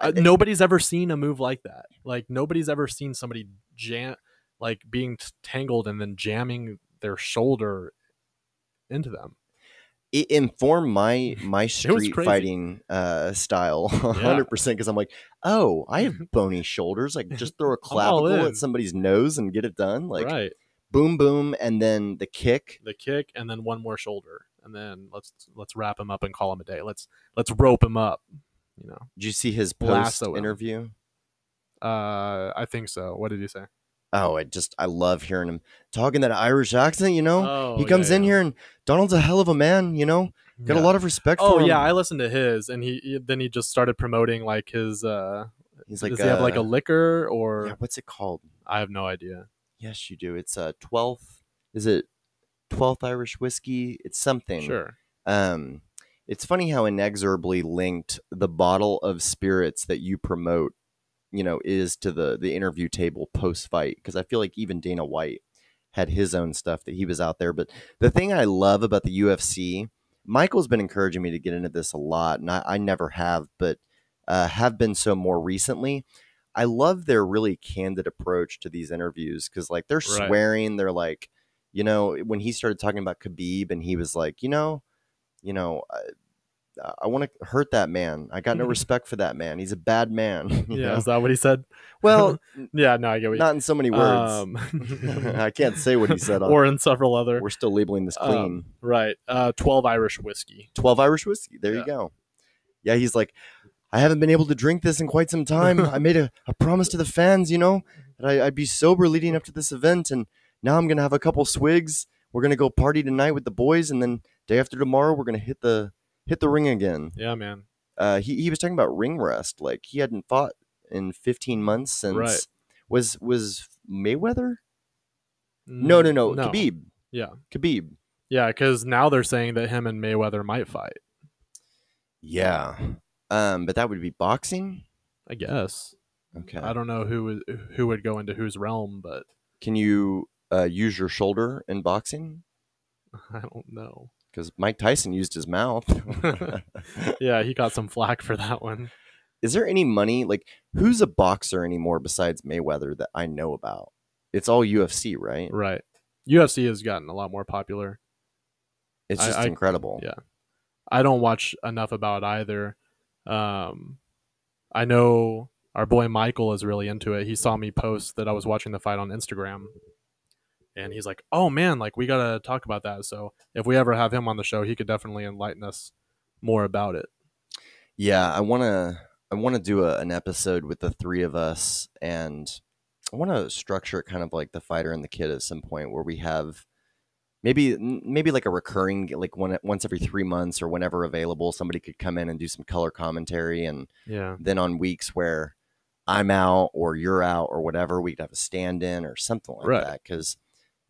B: uh, nobody's ever seen a move like that. Like nobody's ever seen somebody jam, like being t- tangled and then jamming their shoulder into them.
A: it informed my my
B: was
A: street
B: crazy.
A: fighting uh, style 100% because i'm like oh i have bony shoulders like just throw a
B: I'm all
A: clavicle
B: in.
A: at somebody's nose and get it done like
B: right,
A: boom boom and then the kick
B: the kick and then one more shoulder, and then let's let's wrap him up and call him a day. Let's let's rope him up. You know,
A: did you see his post
B: Lasso him.
A: interview
B: uh, I think so. What did he say?
A: oh i just i love hearing him talking that irish accent you know
B: Oh,
A: he
B: yeah,
A: comes in
B: yeah.
A: here and donald's a hell of a man you know got
B: Yeah.
A: a lot of respect for
B: Oh
A: him
B: yeah, I listened to his, and he he- then he just started promoting like his. uh
A: he's like,
B: Does he have like a
A: uh,
B: liquor or
A: yeah, what's it called
B: I have no idea.
A: yes you do it's uh 12th is it 12th irish whiskey it's something
B: Sure.
A: Um, it's funny how inexorably linked the bottle of spirits that you promote, you know, is to the the interview table post fight. Because I feel like even Dana White had his own stuff that he was out there. But the thing I love about the UFC, Michael's been encouraging me to get into this a lot, and I, I never have, but uh, have been so more recently. I love their really candid approach to these interviews because, like, they're
B: Right.
A: swearing. They're like, you know, when he started talking about Khabib, and he was like, you know, you know, I, I want to hurt that man. I got no respect for that man. He's a bad man. you
B: Mm-hmm. Yeah,
A: know?
B: is that what he said?
A: Well,
B: Yeah, no, I get what you
A: not in so many words. I can't say what he said on-
B: um, or in several other.
A: We're still labeling this clean.
B: Um, right. Uh, 12 Irish whiskey.
A: 12 Irish whiskey. There you
B: Yeah.
A: go. Yeah, he's like, I haven't been able to drink this in quite some time. I made a, a promise to the fans, you know, that I, I'd be sober leading up to this event. And now I'm going to have a couple swigs. We're going to go party tonight with the boys. And then day after tomorrow, we're going to hit the hit the ring again.
B: Yeah, man.
A: Uh, he, he was talking about ring rust. Like he hadn't fought in 15 months since
B: Right.
A: was was Mayweather? No, no, no, Khabib.
B: Yeah.
A: Khabib.
B: Mm, Yeah, because now they're saying that him and Mayweather might fight,
A: Yeah. Um, but that would be boxing.
B: I guess.
A: Okay.
B: I don't know who who would go into whose realm, but
A: Can you uh, use your shoulder in boxing?
B: I don't know.
A: Because Mike Tyson used his mouth.
B: Yeah, he got some flack for that one.
A: Is there any money? Like, who's a boxer anymore besides Mayweather that I know about? It's all UFC, right?
B: Right. UFC has gotten a lot more popular.
A: It's
B: I-
A: just
B: I-
A: incredible.
B: yeah. I don't watch enough about it either. Um, I know our boy Michael is really into it. He saw me post that I was watching the fight on Instagram, and he's like, "Oh man, like we gotta talk about that." So if we ever have him on the show, he could definitely enlighten us more about it.
A: Yeah, I want to I want to do a, an episode with the three of us and I want to structure it kind of like the fighter and the kid at some point where we have maybe n- maybe like a recurring like one once every 3 months or whenever available somebody could come in and do some color commentary and
B: Yeah,
A: then on weeks where I'm out or you're out or whatever we could have a stand in or something like
B: Right.
A: that cuz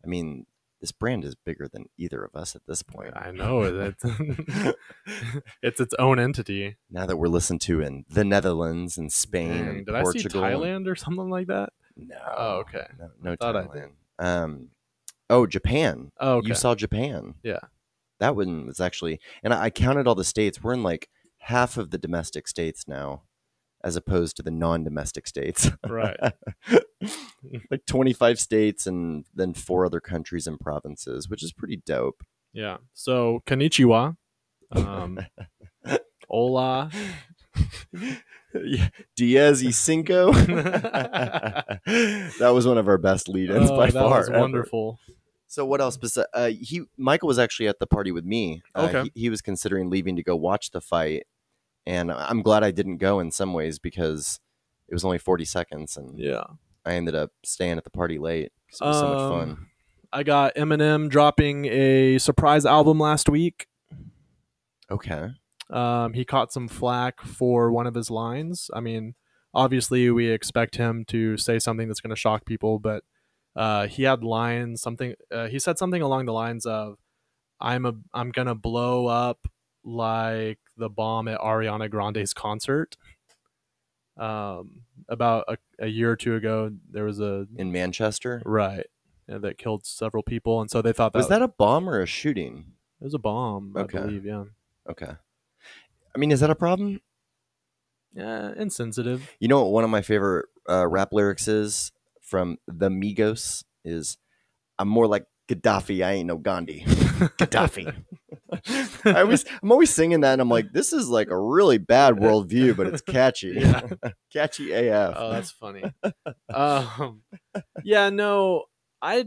A: I mean this brand is bigger than either of us at this point.
B: I know that it's its own entity.
A: now that we're listened to in the Netherlands and Spain
B: Dang,
A: and
B: did
A: Portugal.
B: I see
A: and-
B: Thailand or something like that?
A: No.
B: Oh, okay.
A: No, no
B: thought I
A: Thailand. Um, oh, Japan.
B: Oh, okay.
A: You saw Japan.
B: Yeah.
A: That one was actually, and I, I counted all the states. We're in like half of the domestic states now, as opposed to the non-domestic states.
B: right.
A: like 25 states and then four other countries and provinces, which is pretty dope.
B: Yeah. So konnichiwa. Um, hola.
A: Yeah, Diaz y Cinco. that was one of our best lead-ins
B: Oh,
A: by
B: that
A: far.
B: was
A: ever.
B: wonderful.
A: So what else? Besides, uh, he Michael was actually at the party with me. Uh,
B: Okay.
A: he, he was considering leaving to go watch the fight, and I'm glad I didn't go in some ways because it was only 40 seconds, and
B: Yeah.
A: I ended up staying at the party late. 'cause it was so much
B: Um,
A: fun.
B: I got Eminem dropping a surprise album last week.
A: Okay.
B: Um, he caught some flack for one of his lines. I mean, obviously, we expect him to say something that's going to shock people, but uh, he had lines something. Uh, he said something along the lines of, "I'm a I'm gonna blow up like the bomb at Ariana Grande's concert." Um, about a, a year or two ago, there was a
A: In Manchester,
B: right yeah, that killed several people, and so they thought that
A: was that a bomb or a shooting?
B: it was a bomb.
A: Okay.
B: I believe, yeah,
A: Okay. I mean, is that a problem?
B: yeah, insensitive.
A: You know what one of my favorite uh, rap lyrics is from the Migos is, "I'm more like Gaddafi. I ain't no Gandhi. Gaddafi." I always, I'm always singing that, and I'm like, this is like a really bad worldview, but it's catchy,
B: Yeah.
A: catchy AF.
B: Oh, that's funny. um, yeah, no, I.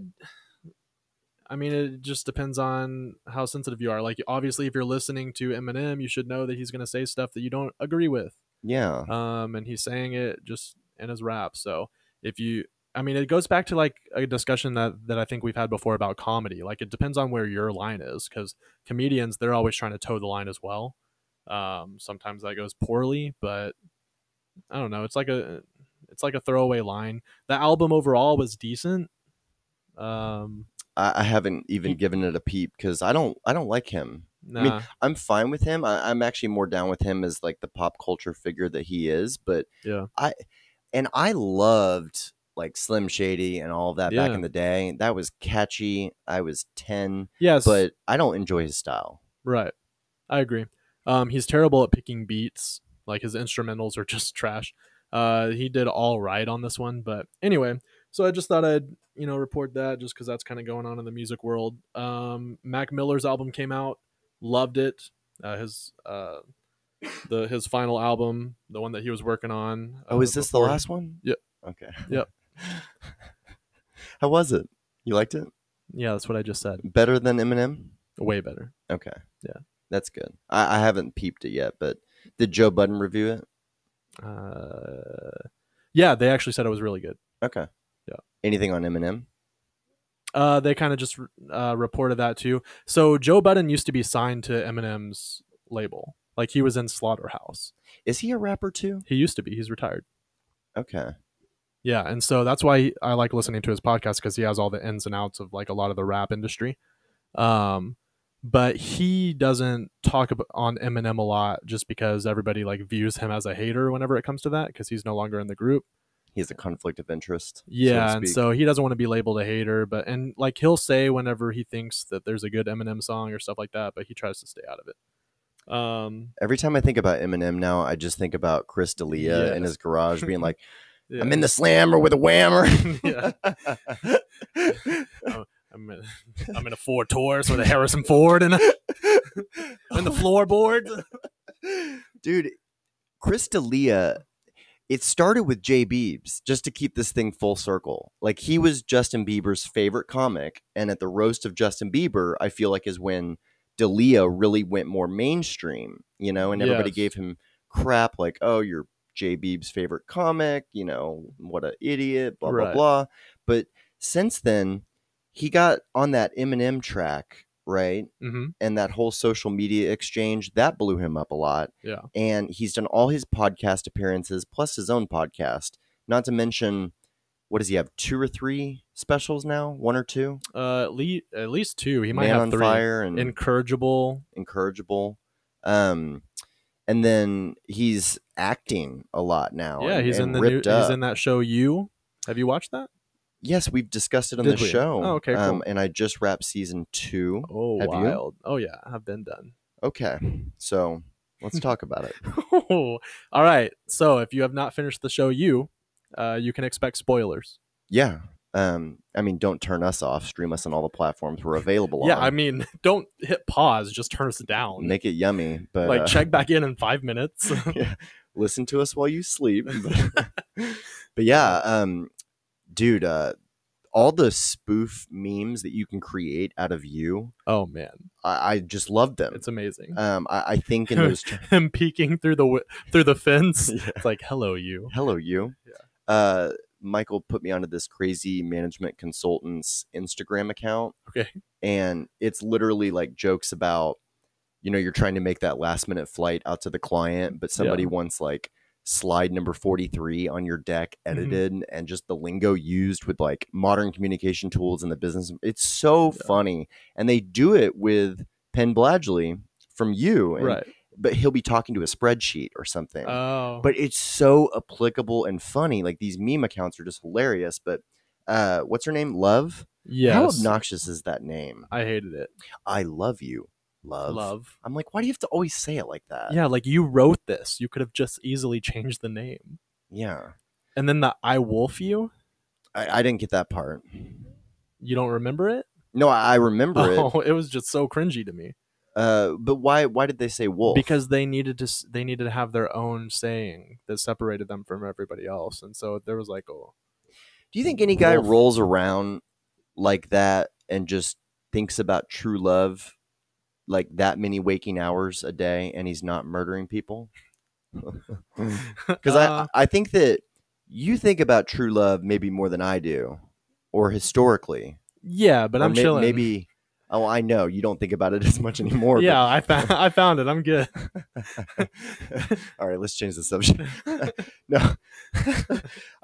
B: I mean, it just depends on how sensitive you are. Like, obviously, if you're listening to Eminem, you should know that he's going to say stuff that you don't agree with.
A: yeah,
B: Um, and he's saying it just in his rap. So if you, I mean, it goes back to like a discussion that that I think we've had before about comedy. Like, it depends on where your line is, because comedians they're always trying to toe the line as well. Um, sometimes that goes poorly, but I don't know. It's like a it's like a throwaway line. The album overall was decent. Um,
A: I, I haven't even given it a peep because I don't, I don't like him.
B: nah,
A: mean, I'm fine with him. I, I'm actually more down with him as like the pop culture figure that he is. But
B: Yeah.
A: I and I loved like Slim Shady and all of that back
B: Yeah.
A: in the day. That was catchy. I was ten,
B: yes,
A: but I don't enjoy his style.
B: right. I agree. Um, he's terrible at picking beats. Like his instrumentals are just trash. Uh, he did all right on this one, but anyway. So I just thought I'd you know report that just because that's kind of going on in the music world. Um, Mac Miller's album came out, loved it. Uh, his uh, the his final album, the one that he was working on.
A: Oh,
B: uh,
A: is this the
B: before-
A: last one?
B: Yep.
A: Okay.
B: Yep.
A: How was it? You liked it
B: Yeah, that's what I just said.
A: better than Eminem?
B: Way better.
A: Okay.
B: Yeah.
A: That's good. I, I haven't peeped it yet, but did Joe Budden review it?
B: Uh, yeah, they actually said it was really good.
A: Okay.
B: Yeah.
A: Anything on Eminem?
B: Uh, they kind of just uh, reported that too. So Joe Budden used to be signed to Eminem's label. Like he was in Slaughterhouse.
A: Is he a rapper too?
B: He used to be. He's retired.
A: Okay.
B: Yeah, and so that's why I like listening to his podcast because he has all the ins and outs of like a lot of the rap industry. Um, but he doesn't talk about, on Eminem a lot just because everybody like views him as a hater whenever it comes to that because he's no longer in the group.
A: He has a conflict of interest. so to
B: Yeah, and
A: speak.
B: so he doesn't want to be labeled a hater, but and like he'll say whenever he thinks that there's a good Eminem song or stuff like that, but he tries to stay out of it. Um,
A: every time I think about Eminem now, I just think about Chris D'Elia
B: Yeah.
A: in his garage being like,
B: yeah.
A: "I'm in the slammer with a whammer."
B: yeah, I'm in, I'm in a Ford Taurus with a Harrison Ford and a, and the floorboards.
A: Dude, Chris D'Elia, it started with Jay Biebs, just to keep this thing full circle. Like he was Justin Bieber's favorite comic, and at the roast of Justin Bieber, I feel like is when D'Elia really went more mainstream, you know, and everybody
B: Yes.
A: gave him crap like, oh, you're Jay Biebs' favorite comic, you know, what a idiot, blah, blah,
B: Right.
A: blah. But since then, he got on that Eminem track, right?
B: hmm
A: and that whole social media exchange that blew him up a lot.
B: Yeah.
A: And he's done all his podcast appearances plus his own podcast. Not to mention, what does he have? Two or three specials now? One or two?
B: Uh, at least at least two. He might
A: Man
B: have
A: on
B: three.
A: Fire and
B: Incorrigible.
A: Incorrigible. Um, and then he's acting a lot now.
B: yeah,
A: Oh, and-
B: he's in
A: and
B: the new,
A: ripped up.
B: he's in that show. You have you watched that?
A: Yes, we've discussed it on
B: Did
A: the
B: we?
A: show.
B: Oh, okay,
A: Um,
B: cool.
A: and I just wrapped season two.
B: Oh,
A: Have you?
B: wild. Oh yeah, I've been done.
A: Okay, so let's talk about it.
B: all right. So if you have not finished the show, you uh, you can expect spoilers.
A: Yeah. Um, I mean, don't turn us off. Stream us on all the platforms we're available
B: Yeah,
A: on.
B: I mean, don't hit pause. Just turn us down.
A: make it yummy, but
B: like
A: uh,
B: check back in in five minutes.
A: listen to us while you sleep. but yeah, um, dude, uh, all the spoof memes that you can create out of you,
B: oh man,
A: I, I just love them.
B: it's amazing.
A: um, I, I think in those. ter-
B: Him peeking through the wi- through the fence.
A: Yeah.
B: It's like, hello, you.
A: Hello, you. Uh, Michael put me onto this crazy management consultants Instagram account.
B: Okay.
A: And it's literally like jokes about, you know, you're trying to make that last minute flight out to the client, but somebody wants like slide number 43 on your deck
B: Mm-hmm.
A: edited and just the lingo used with like modern communication tools in the business. It's so
B: Yeah.
A: funny. And they do it with Penn Bladgley from you. and-
B: Right.
A: But he'll be talking to a spreadsheet or something
B: Oh,
A: but it's so applicable and funny. Like these meme accounts are just hilarious. But uh, what's her name? Love. How
B: yes.
A: obnoxious is that name?
B: I hated it.
A: I love you, love.
B: Love.
A: I'm like, why do you have to always say it like that?
B: Yeah, like you wrote this. You could have just easily changed the name.
A: yeah.
B: And then the I wolf you.
A: I, I didn't get that part.
B: You don't remember it?
A: No, I, I remember it.
B: Oh, it was just so cringy to me
A: Uh, but why? Why did they say wolf?
B: because they needed to s- they needed to have their own saying that separated them from everybody else, and so there was like, oh,
A: do you think any guy
B: Wolf.
A: rolls around like that and just thinks about true love? Like that many waking hours a day, and he's not murdering people. Because
B: Uh,
A: I, I think that you think about true love maybe more than I do, or historically.
B: yeah, but
A: Or
B: I'm
A: may-
B: chilling.
A: Maybe. Oh, I know you don't think about it as much anymore. but-
B: yeah, I found I found it. I'm good.
A: All right, let's change the subject. no,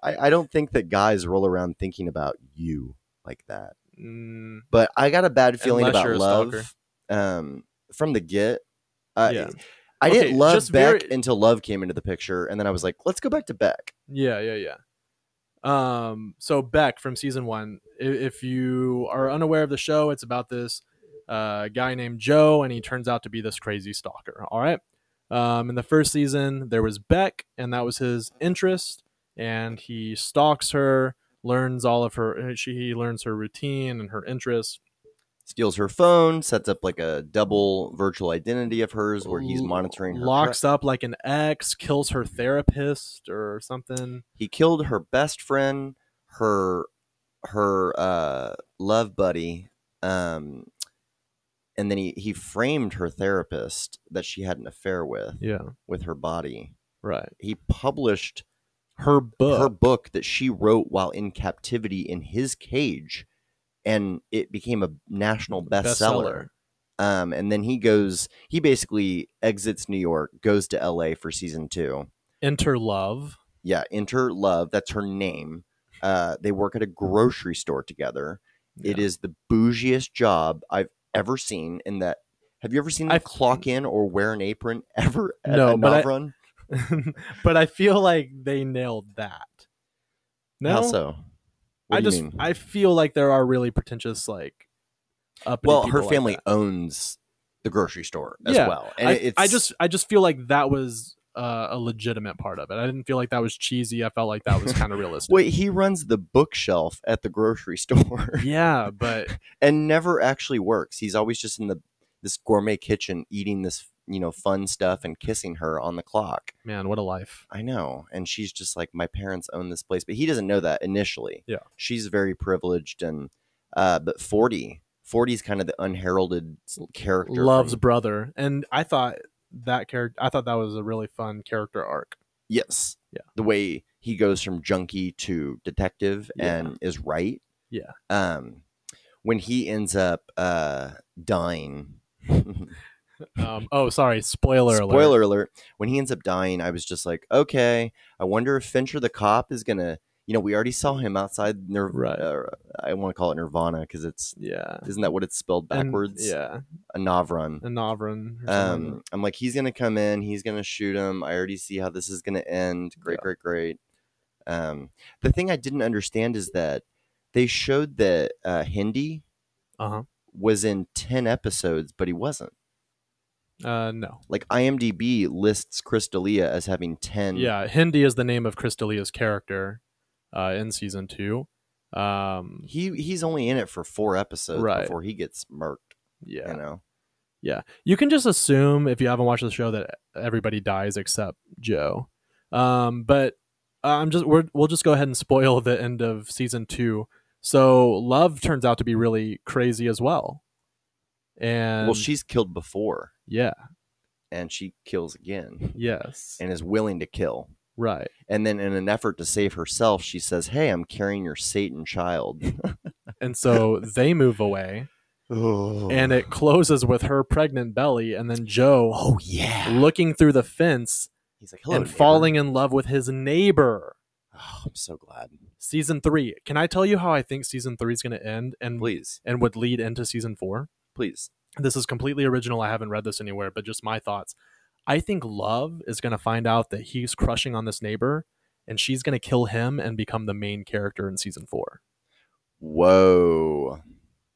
A: I, I don't think that guys roll around thinking about you like that.
B: Mm,
A: But I got a bad feeling
B: Unless
A: about
B: you're a
A: love um, from the get. Uh,
B: Yeah.
A: I
B: Okay,
A: didn't love
B: just
A: Beck
B: very-
A: until love came into the picture, and then I was like, let's go back to Beck.
B: yeah, yeah, yeah. Um, so Beck from season one. i- If you are unaware of the show, it's about this uh, guy named Joe, and he turns out to be this crazy stalker. All right. Um, in the first season, there was Beck, and that was his interest, and he stalks her, learns all of her. uh, She he learns her routine and her interests.
A: steals her phone, sets up like a double virtual identity of hers where he's
B: Mm-hmm. L-
A: monitoring her.
B: Locks
A: tra-
B: up like an ex, kills her therapist or something.
A: he killed her best friend, her her uh, love buddy, um, and then he he framed her therapist that she had an affair with
B: Yeah,
A: with her body.
B: right.
A: He published
B: Her book.
A: her book that she wrote while in captivity in his cage, and it became a national bestseller. Um, and then he goes, he basically exits New York, goes to LA for season two.
B: Enter Love.
A: Yeah, Enter Love, that's her name. Uh, they work at a grocery store together. It
B: Yeah.
A: is the bougiest job I've ever seen. In that, have you ever seen them
B: I've-
A: clock in or wear an apron ever at
B: No,
A: a
B: but I-
A: Nav run?
B: but I feel like they nailed that.
A: No. How so? What
B: I
A: do you
B: just
A: mean?
B: I feel like there are really pretentious like uppity
A: well,
B: people
A: her
B: like
A: family
B: that.
A: owns the grocery store as
B: Yeah,
A: well, and
B: I,
A: it's
B: I just I just feel like that was uh, a legitimate part of it. I didn't feel like that was cheesy. I felt like that was kind of realistic.
A: wait. He runs the bookshelf at the grocery store
B: yeah, but
A: and never actually works. He's always just in the this gourmet kitchen eating this you know fun stuff and kissing her on the clock.
B: man, what a life.
A: I know. And she's just like, my parents own this place, but he doesn't know that initially.
B: Yeah.
A: She's very privileged and, uh, but 40, 40 is kind of the unheralded s- character.
B: Loves
A: from-
B: brother, and I thought that character. I thought that was a really fun character arc.
A: yes.
B: Yeah.
A: The way he goes from junkie to detective
B: Yeah.
A: and is right.
B: Yeah.
A: Um, when he ends up, uh, dying,
B: Um, oh, sorry, spoiler alert.
A: spoiler alert when he ends up dying i was just like okay i wonder if fincher the cop is gonna you know we already saw him outside Nir-
B: Right.
A: uh, i want to call it nirvana because it's
B: Yeah.
A: isn't that what it's spelled
B: And-
A: backwards
B: yeah.
A: a navran
B: And Navran. or something like
A: um i'm like he's gonna come in he's gonna shoot him i already see how this is gonna end great
B: Yeah.
A: great great um the thing i didn't understand is that they showed that uh hindi
B: that. Uh-huh.
A: was in 10 episodes but he wasn't
B: Uh No.
A: like imdb lists chris d'elia as having 10
B: Yeah, Hindi is the name of Crystalia's character uh, in season two. Um,
A: he he's only in it for four episodes
B: Right.
A: before he gets murked.
B: yeah,
A: You know,
B: you can just assume if you haven't watched the show that everybody dies except Joe. Um, but I'm just we're, we'll just go ahead and spoil the end of season two. So Love turns out to be really crazy as well. And
A: well, she's killed before,
B: yeah
A: and she kills again,
B: yes
A: and is willing to kill.
B: right
A: And then, in an effort to save herself, she says, "Hey, I'm carrying your Satan child."
B: and so they move away and it closes with her pregnant belly and then Joe
A: oh yeah,
B: looking through the fence
A: he's like, "Hello,"
B: and
A: neighbor."
B: falling in love with his neighbor.
A: Oh, I'm so glad.
B: Season three. Can I tell you how I think season three is going to end and
A: Please,
B: and would lead into season four?
A: please.
B: This is completely original. I haven't read this anywhere, but just my thoughts. I think Love is going to find out that he's crushing on this neighbor, and she's going to kill him and become the main character in season four.
A: Whoa.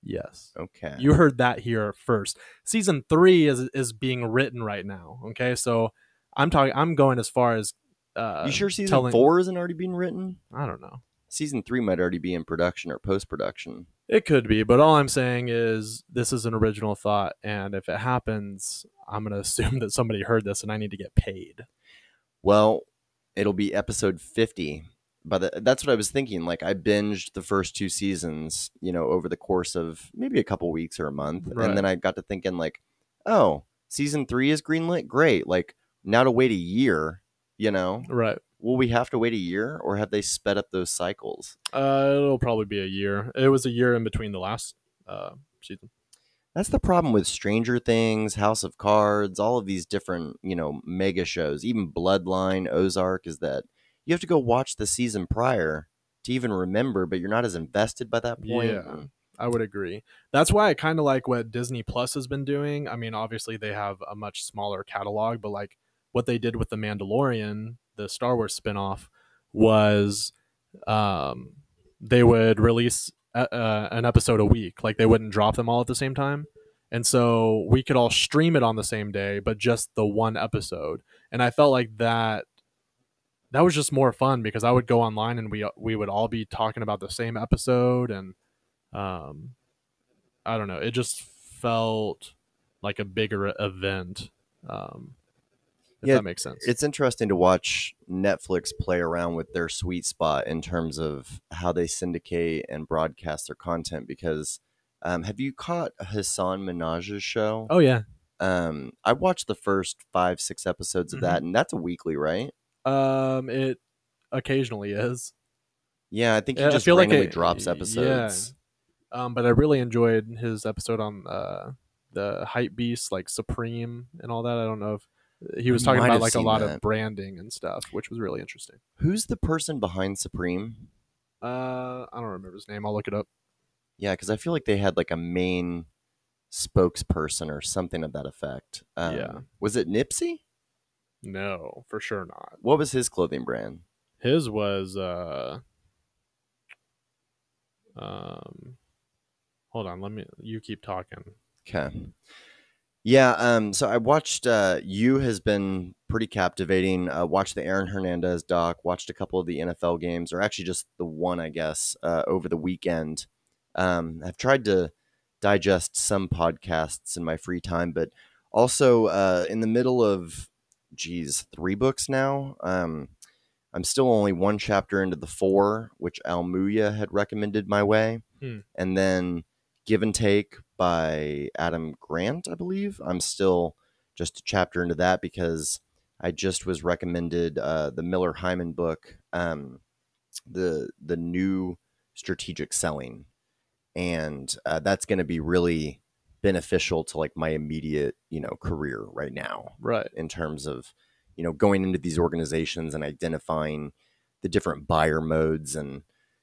B: Yes.
A: Okay.
B: You heard that here first. Season three is is being written right now. Okay, so I'm talking. I'm going as far as. Uh,
A: You sure season
B: telling-
A: four isn't already being written?
B: I don't know.
A: Season three might already be in production or post production.
B: It could be, but all I'm saying is this is an original thought, and if it happens, I'm gonna assume that somebody heard this and I need to get paid.
A: Well, it'll be episode 50. But th- that's what I was thinking. Like, I binged the first two seasons, you know, over the course of maybe a couple weeks or a month.
B: Right.
A: And then I got to thinking, like, oh, season three is greenlit? Great. Like, now to wait a year, you know,
B: Right.
A: will we have to wait a year or have they sped up those cycles?
B: Uh, it'll probably be a year. It was a year in between the last uh, season.
A: That's the problem with Stranger Things, House of Cards, all of these different, you know, mega shows, even Bloodline, Ozark, is that you have to go watch the season prior to even remember, but you're not as invested by that point. Mm.
B: Yeah. I would agree. That's why I kind of like what Disney Plus has been doing. I mean, obviously they have a much smaller catalog, but like what they did with the Mandalorian, the Star Wars spinoff, was um, they would release a, uh, an episode a week. Like they wouldn't drop them all at the same time, and so we could all stream it on the same day, but just the one episode. And I felt like that that was just more fun because I would go online and we we would all be talking about the same episode and um i don't know it just felt like a bigger event um if
A: Yeah,
B: that makes sense
A: It's interesting to watch Netflix play around with their sweet spot in terms of how they syndicate and broadcast their content because um, have you caught Hassan Minaj's show?
B: oh yeah
A: Um, I watched the first five, six episodes
B: Mm-hmm.
A: of that, and that's a weekly, right?
B: um it occasionally is
A: Yeah, I think he
B: Yeah, I
A: just
B: feel like
A: randomly
B: it-
A: drops
B: yeah.
A: episodes.
B: um but i really enjoyed his episode on uh the hype beast like supreme and all that i don't know if uh, he was
A: I
B: talking
A: might
B: about
A: have
B: like a
A: seen
B: lot of
A: that.
B: branding and stuff which was really interesting
A: Who's the person behind Supreme?
B: uh i don't remember his name i'll look it up
A: Yeah, because I feel like they had like a main spokesperson or something of that effect. Um,
B: Yeah.
A: Was it Nipsey?
B: no for sure not
A: What was his clothing brand?
B: his was uh Um, hold on, let me. You keep talking.
A: Okay. Yeah. Um, so I watched uh, you has been pretty captivating. Uh, watched the Aaron Hernandez doc. Watched a couple of the NFL games, or actually just the one, I guess, uh, over the weekend. Um, I've tried to digest some podcasts in my free time, but also uh, in the middle of, geez, three books now. Um, I'm still only one chapter into the four, which Almuya had recommended my way,
B: Hmm.
A: and then Give and Take by Adam Grant, I believe. I'm still just a chapter into that because I just was recommended uh, the Miller Hyman book, um, the the new strategic selling, and uh, that's going to be really beneficial to like my immediate you know career right now
B: Right.
A: in terms of you know going into these organizations and identifying the different buyer modes and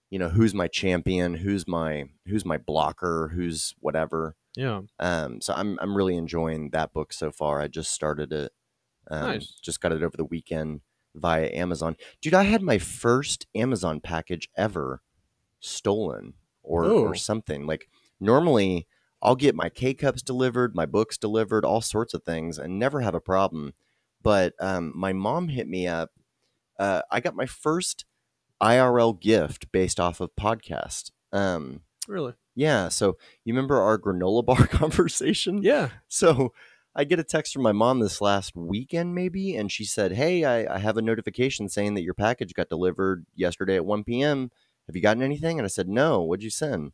A: you know who's my champion who's my who's my blocker who's whatever
B: Yeah.
A: um so i'm i'm really enjoying that book so far i just started it um,
B: Nice.
A: just got it over the weekend via amazon dude i had my first amazon package ever stolen or
B: Oh.
A: or something like normally i'll get my k-cups delivered my books delivered all sorts of things and never have a problem but um, my mom hit me up uh, i got my first irl gift based off of podcast um,
B: Really.
A: yeah. So you remember our granola bar conversation?
B: Yeah.
A: So I get a text from my mom this last weekend, maybe, and she said, Hey, I, I have a notification saying that your package got delivered yesterday at 1 p.m. Have you gotten anything? And I said, No. What'd you send?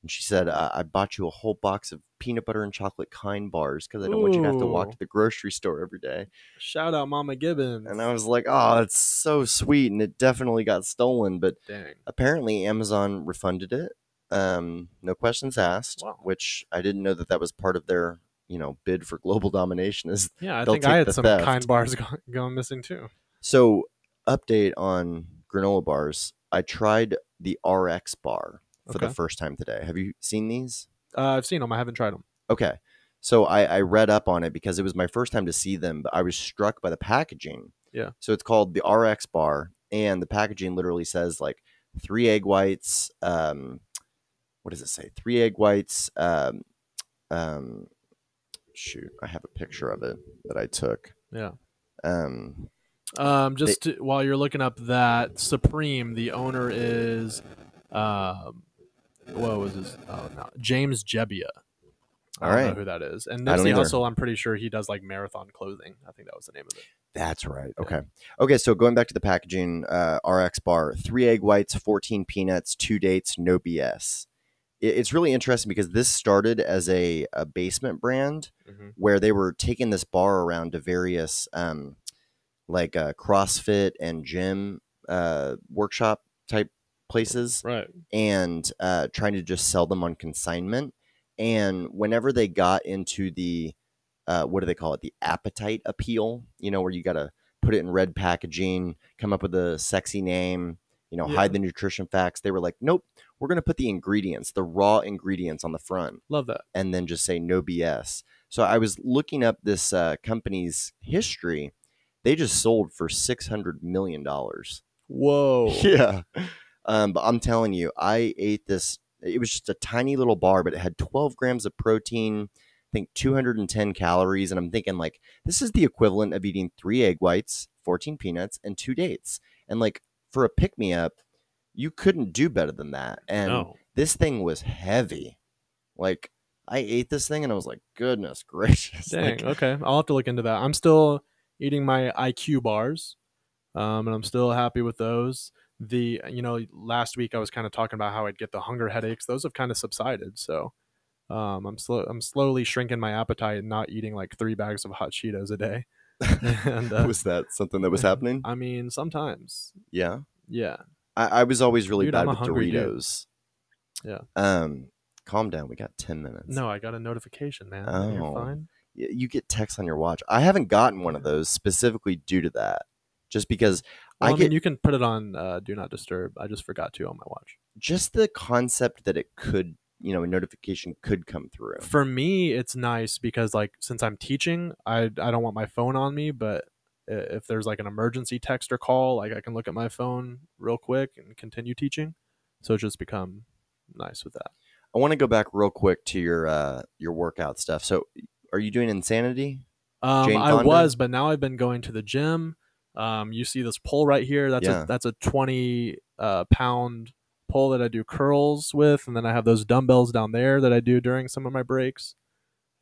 A: And she said, I, I bought you a whole box of peanut butter and chocolate kind bars because I don't want you to have to walk
B: Ooh.
A: to the grocery store every day.
B: Shout out Mama Gibbons.
A: And I was like, Oh, that's so sweet. And it definitely got stolen. But
B: Dang.
A: apparently Amazon refunded it. Um, no questions asked,
B: Wow.
A: which I didn't know that that was part of their, you know, bid for global domination is
B: Yeah, I
A: They'll
B: think I
A: take
B: had
A: the
B: some
A: theft.
B: kind bars go- going missing too.
A: so update on granola bars. I tried the RX bar for the
B: Okay.
A: first time today. Have you seen these?
B: Uh, I've seen them. I haven't tried them.
A: Okay. So I, I read up on it because it was my first time to see them, but I was struck by the packaging.
B: Yeah.
A: So it's called the RX bar, and the packaging literally says like three egg whites. Um, what does it say? Three egg whites. Um, um, shoot, I have a picture of it that I took.
B: Yeah.
A: Um,
B: Um, just to, while you're looking up that Supreme, the owner is, um, what was his? Oh, no, James Jebbia. I
A: All
B: don't know
A: right.
B: who that is. And
A: I don't
B: Nipsey
A: either.
B: Hustle, I'm pretty sure he does like marathon clothing. I think that was the name of it.
A: That's right.
B: Yeah.
A: Okay. Okay. So going back to the packaging, uh, RX bar, three egg whites, 14 peanuts, two dates, no BS. It- It's really interesting because this started as a, a basement brand
B: Mhm.
A: where they were taking this bar around to various um, like uh, CrossFit and gym uh, workshop type places
B: Right.
A: and uh, trying to just sell them on consignment. And whenever they got into the, uh, what do they call it? The appetite appeal, you know, where you got to put it in red packaging, come up with a sexy name, you know,
B: Yeah.
A: hide the nutrition facts. They were like, nope, we're going to put the ingredients, the raw ingredients on the front
B: Love that.
A: and then just say no BS. So I was looking up this uh, company's history. They just sold for $600 million.
B: Whoa.
A: Yeah. Um, but I'm telling you, I ate this. It was just a tiny little bar, but it had 12 grams of protein, I think 210 calories. And I'm thinking, like, this is the equivalent of eating three egg whites, 14 peanuts, and two dates. And, like, for a pick me up, you couldn't do better than that. And
B: No.
A: this thing was heavy. Like, I ate this thing and I was like, goodness gracious.
B: Dang.
A: Like,
B: okay. I'll have to look into that. I'm still eating my IQ bars, um, and I'm still happy with those. The you know last week I was kind of talking about how I'd get the hunger headaches. Those have kind of subsided. So um, I'm slow. I'm slowly shrinking my appetite and not eating like three bags of hot Cheetos a day. and uh,
A: was that something that was happening?
B: I mean, sometimes,
A: Yeah.
B: yeah.
A: I, I was always really
B: Dude,
A: bad
B: I'm a
A: with
B: hungry dude.
A: Doritos.
B: Yeah.
A: Um, calm down. We got ten minutes.
B: No, I got a notification, man.
A: Oh.
B: You're fine.
A: Y- you get texts on your watch. I haven't gotten one of those specifically due to that, just because
B: Well, I,
A: I
B: mean,
A: get
B: you can put it on uh, do not disturb. I just forgot to on my watch.
A: just the concept that it could, you know, a notification could come through.
B: for me it's nice because like since i'm teaching i i don't want my phone on me but i- if there's like an emergency text or call like i can look at my phone real quick and continue teaching so it's just become nice with that.
A: I want to go back real quick to your uh, your workout stuff. So, are you doing insanity?
B: Um,
A: Jane
B: I
A: Fonda?
B: was, but now I've been going to the gym. Um, you see this pull right here. That's
A: Yeah.
B: a that's a twenty uh, pound pull that I do curls with, and then I have those dumbbells down there that I do during some of my breaks.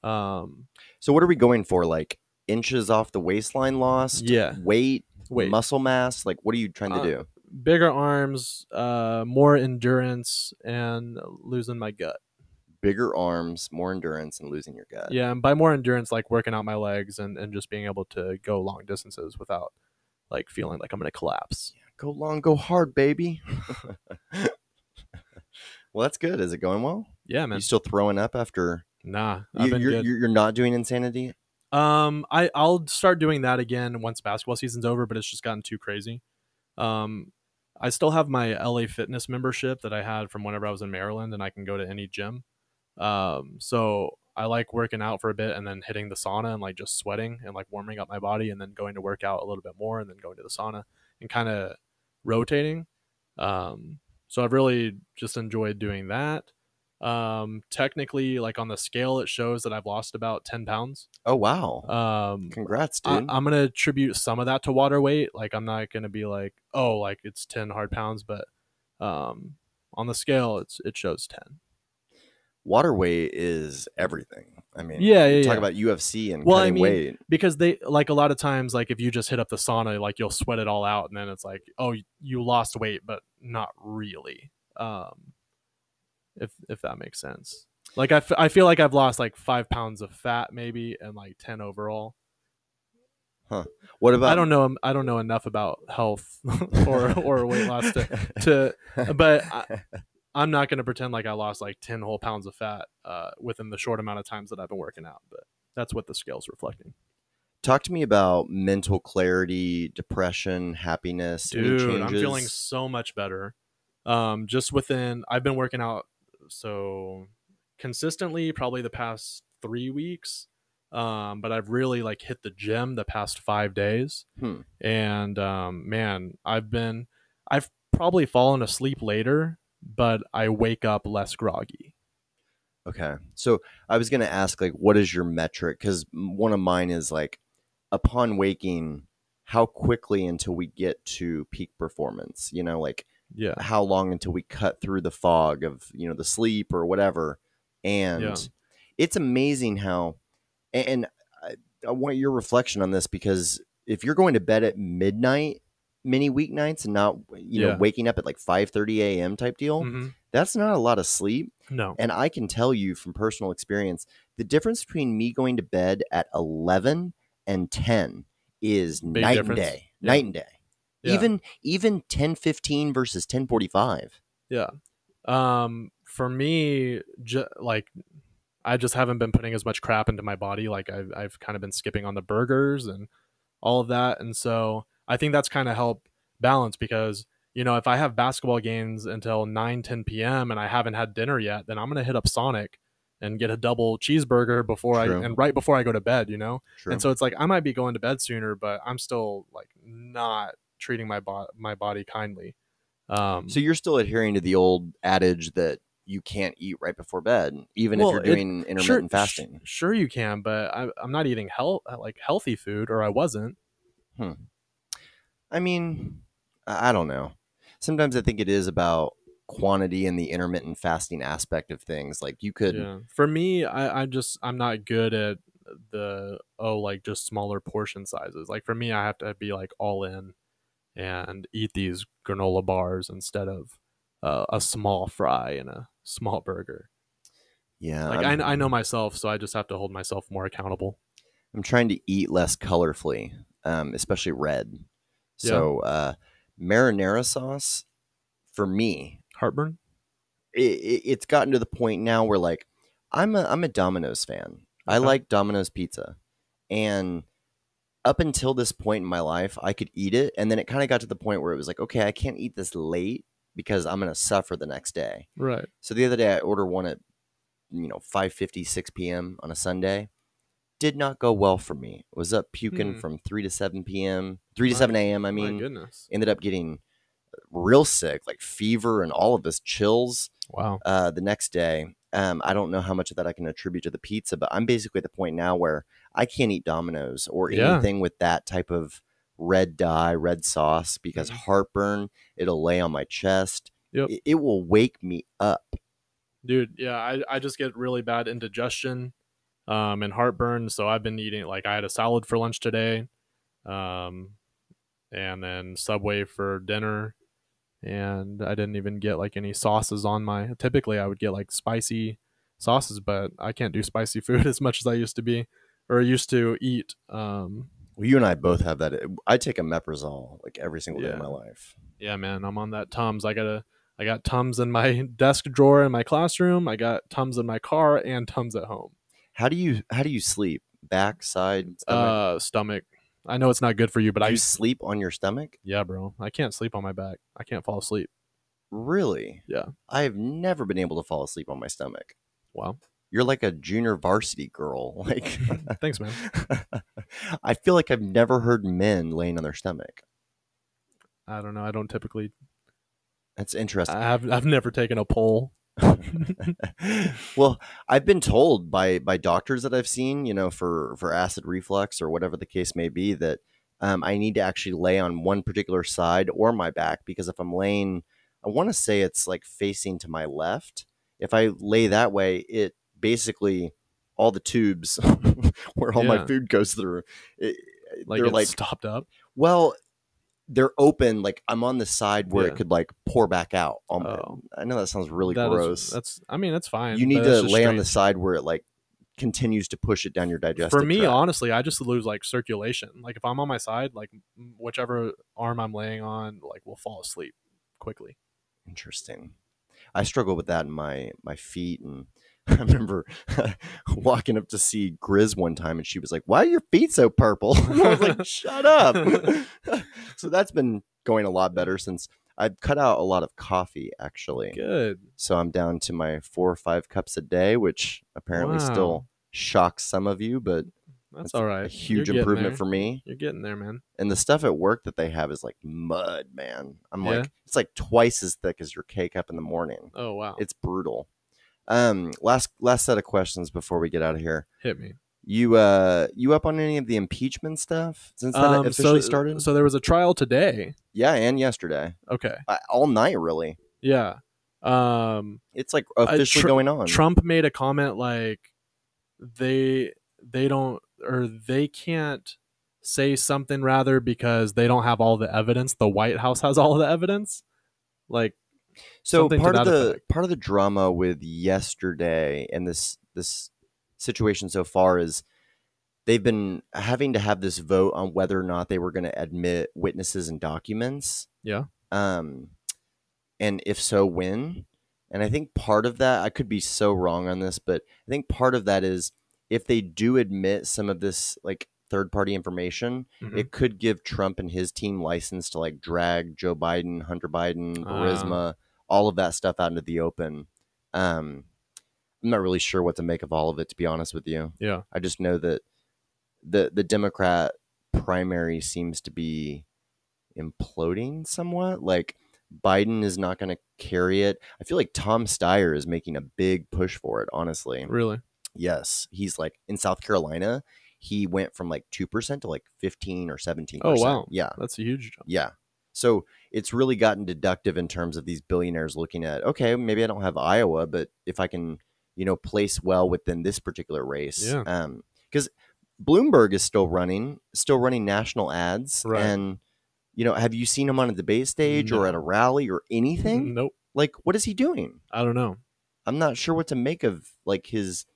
B: Um,
A: So, what are we going for? Like inches off the waistline lost?
B: Yeah.
A: Weight,
B: wait,
A: muscle mass. Like, what are you trying to
B: Uh,
A: do?
B: bigger arms, uh, more endurance, and losing my gut.
A: Bigger arms, more endurance, and losing your gut.
B: Yeah, and by more endurance, like working out my legs and and just being able to go long distances without like feeling like I'm gonna collapse.
A: Go long, go hard, baby. well, that's good. Is it going well?
B: Yeah, man.
A: You still throwing up after?
B: Nah, I've
A: You,
B: been
A: you're,
B: good.
A: you're you're not doing insanity.
B: Um, I I'll start doing that again once basketball season's over, but it's just gotten too crazy. Um, I still have my LA Fitness membership that I had from whenever I was in Maryland, and I can go to any gym. Um, so I like working out for a bit and then hitting the sauna and like just sweating and like warming up my body and then going to work out a little bit more and then going to the sauna and kind of rotating. Um, so I've really just enjoyed doing that. Um, technically, like on the scale, it shows that I've lost about 10 pounds.
A: Oh wow!
B: Um,
A: Congrats,
B: I,
A: dude.
B: I'm gonna attribute some of that to water weight. Like I'm not gonna be like, oh, like it's ten hard pounds, but um, on the scale, it's it shows ten.
A: Water weight is everything. I mean,
B: Yeah, yeah,
A: Talk
B: yeah.
A: about UFC and
B: Well, I
A: cutting
B: mean,
A: weight.
B: Because they like a lot of times, like if you just hit up the sauna, like you'll sweat it all out, and then it's like, oh, y- you lost weight, but not really. Um, if if that makes sense. Like I, f- I feel like I've lost like five pounds of fat maybe and like ten overall.
A: What about?
B: I don't know. I don't know enough about health or or weight loss to to but I, I'm not going to pretend like I lost like 10 whole pounds of fat uh, within the short amount of times that I've been working out. But that's what the scale's reflecting.
A: Talk to me about mental clarity, depression, happiness. any
B: Dude, I'm
A: changes?
B: feeling so much better. Um, just within, I've been working out so consistently probably the past three weeks. Um, but I've really like hit the gym the past five days.
A: Hmm.
B: And um, man, I've been, I've probably fallen asleep later, but I wake up less groggy.
A: Okay. So I was going to ask, like, what is your metric? Because one of mine is like, upon waking, how quickly until we get to peak performance? You know, like,
B: Yeah.
A: how long until we cut through the fog of, you know, the sleep or whatever? And
B: Yeah.
A: it's amazing how, and- and I, I want your reflection on this because if you're going to bed at midnight, many weeknights and not you know
B: Yeah.
A: waking up at like 5:30 a.m. type deal
B: Mhm.
A: that's not a lot of sleep
B: No.
A: and I can tell you from personal experience, the difference between me going to bed at 11 and 10 is
B: Big
A: night
B: difference.
A: and day.
B: Yeah.
A: Night and day.
B: Yeah.
A: Even even 1015 versus 1045.
B: um for me ju- like i just haven't been putting as much crap into my body like i've, I've kind of been skipping on the burgers and all of that and so i think that's kind of helped balance because you know if i have basketball games until 9 10 p.m and i haven't had dinner yet then i'm gonna hit up sonic and get a double cheeseburger before
A: True.
B: i and right before i go to bed you know
A: True.
B: and so it's like I might be going to bed sooner, but I'm still like not treating my bo- my body kindly. Um,
A: so you're still adhering to the old adage that you can't eat right before bed, even
B: Well,
A: if you're
B: it-
A: doing intermittent
B: sh-
A: fasting.
B: sure, you can, but I, I'm not eating health like healthy food, or I wasn't.
A: I mean, I I don't know. Sometimes I think it is about quantity and the intermittent fasting aspect of things. Like you could
B: Yeah. For me, I, I just I'm not good at the oh like just smaller portion sizes. Like for me, I have to be like all in and eat these granola bars instead of uh, a small fry and a small burger.
A: yeah
B: Like
A: I'm-
B: I, I know myself, so I just have to hold myself more accountable.
A: I'm trying to eat less colorfully, um, especially red. So uh, marinara sauce for me,
B: Heartburn.
A: it, it, it's gotten to the point now where like I'm a I'm a Domino's fan. I
B: Okay.
A: like Domino's pizza, and up until this point in my life, I could eat it, and then it kind of got to the point where it was like, okay, I can't eat this late because I'm gonna suffer the next day.
B: Right.
A: So the other day I ordered one at you know 5:50 6 p.m. on a Sunday. Did not go well for me. Was up puking
B: Hmm.
A: from 3 to 7 p.m. 3 to
B: My-
A: 7 a.m. I
B: My
A: mean,
B: goodness.
A: uh, ended up getting real sick, like fever and all of this chills.
B: Wow.
A: uh, the next day. Um, I don't know how much of that I can attribute to the pizza, but I'm basically at the point now where I can't eat Domino's or
B: Yeah.
A: anything with that type of red dye, red sauce, because
B: Mhm.
A: heartburn, it'll lay on my chest.
B: Yep.
A: It, it will wake me up.
B: Dude, yeah, I, I just get really bad indigestion um, and heartburn. So I've been eating, like, I had a salad for lunch today um, and then Subway for dinner. And I didn't even get, like, any sauces on my. Typically, I would get, like, spicy sauces, but I can't do spicy food as much as I used to be or used to eat. Um,
A: Well, you and I both have that. eh, I take a Meprazole like every single day
B: Yeah.
A: of my life.
B: yeah man i'm on that tums i gotta i got tums in my desk drawer in my classroom i got tums in my car and tums at home
A: How do you how do you sleep? Back, side, stomach?
B: uh stomach i know it's not good for you but
A: Do
B: i
A: you sleep on your stomach?
B: yeah bro i can't sleep on my back i can't fall asleep
A: Really?
B: Yeah.
A: I have never been able to fall asleep on my stomach.
B: wow
A: You're like a junior varsity girl. Like
B: thanks man
A: I feel like I've never heard men laying on their stomach.
B: i don't know i don't typically
A: That's interesting.
B: i have i've never taken a poll
A: well, I've been told by by doctors that I've seen, you know, for for acid reflux or whatever the case may be, that um, I need to actually lay on one particular side or my back because if I'm laying, I want to say it's like facing to my left. If I lay that way, it basically all the tubes where all
B: Yeah.
A: my food goes through, it,
B: like
A: they're
B: it's
A: like
B: stopped up
A: Well, they're open. Like I'm on the side where
B: Yeah.
A: it could like pour back out. Um,
B: Oh.
A: I know that sounds really
B: That is-
A: gross.
B: that's i mean that's fine
A: you need
B: but that's
A: to
B: just
A: lay on the
B: strange.
A: side where it like continues to push it down your digestive.
B: for me
A: tract.
B: honestly i just lose like circulation like if i'm on my side like m- whichever arm i'm laying on like will fall asleep quickly
A: interesting. I struggle with that in my my feet, and I remember walking up to see Grizz one time, and she was like, "Why are your feet so purple?" I was like, "Shut up." so that's been going a lot better since I've cut out a lot of coffee. Actually,
B: good
A: So I'm down to my four or five cups a day, which apparently
B: Wow.
A: still shocks some of you, but
B: that's,
A: that's
B: all right
A: a huge
B: You're getting
A: improvement
B: there.
A: for me.
B: you're getting there man
A: And the stuff at work that they have is like mud, man. I'm
B: Yeah.
A: like, it's like twice as thick as your K cup in the morning.
B: oh wow
A: It's brutal. Um, last last set of questions before we get out of here.
B: hit me
A: You uh, you up on any of the impeachment stuff since that
B: Um,
A: officially
B: so,
A: started?
B: so there was a trial today
A: yeah, and yesterday,
B: okay
A: I, all night really.
B: yeah um
A: It's like officially
B: tr-
A: going on.
B: trump made a comment like they they don't or they can't say something rather because they don't have all the evidence the white house has all the evidence like
A: So
B: Something to
A: part of
B: that
A: the
B: effect.
A: part of the drama with yesterday and this this situation so far is they've been having to have this vote on whether or not they were going to admit witnesses and documents.
B: Yeah.
A: Um, and if so, when? And I think part of that I could be so wrong on this, but I think part of that is if they do admit some of this like third party information,
B: mhm.
A: it could give Trump and his team license to like drag Joe Biden, Hunter Biden,
B: Ah.
A: Burisma, all of that stuff out into the open. Um, I'm not really sure what to make of all of it, to be honest with you.
B: Yeah.
A: I just know that the the Democrat primary seems to be imploding somewhat. Like Biden is not going to carry it. I feel like Tom Steyer is making a big push for it. Honestly,
B: really
A: Yes, he's like in South Carolina. He went from like two percent to like fifteen or seventeen.
B: Oh, wow.
A: Yeah,
B: That's a huge jump.
A: yeah. So it's really gotten deductive in terms of these billionaires looking at okay, maybe I don't have Iowa, but if I can, you know, place well within this particular race,
B: Yeah.
A: um, because Bloomberg is still running, still running national ads,
B: Right.
A: and you know, have you seen him on a debate stage
B: No.
A: or at a rally or anything?
B: Nope.
A: Like, what is he doing?
B: I don't know.
A: I'm not sure what to make of like his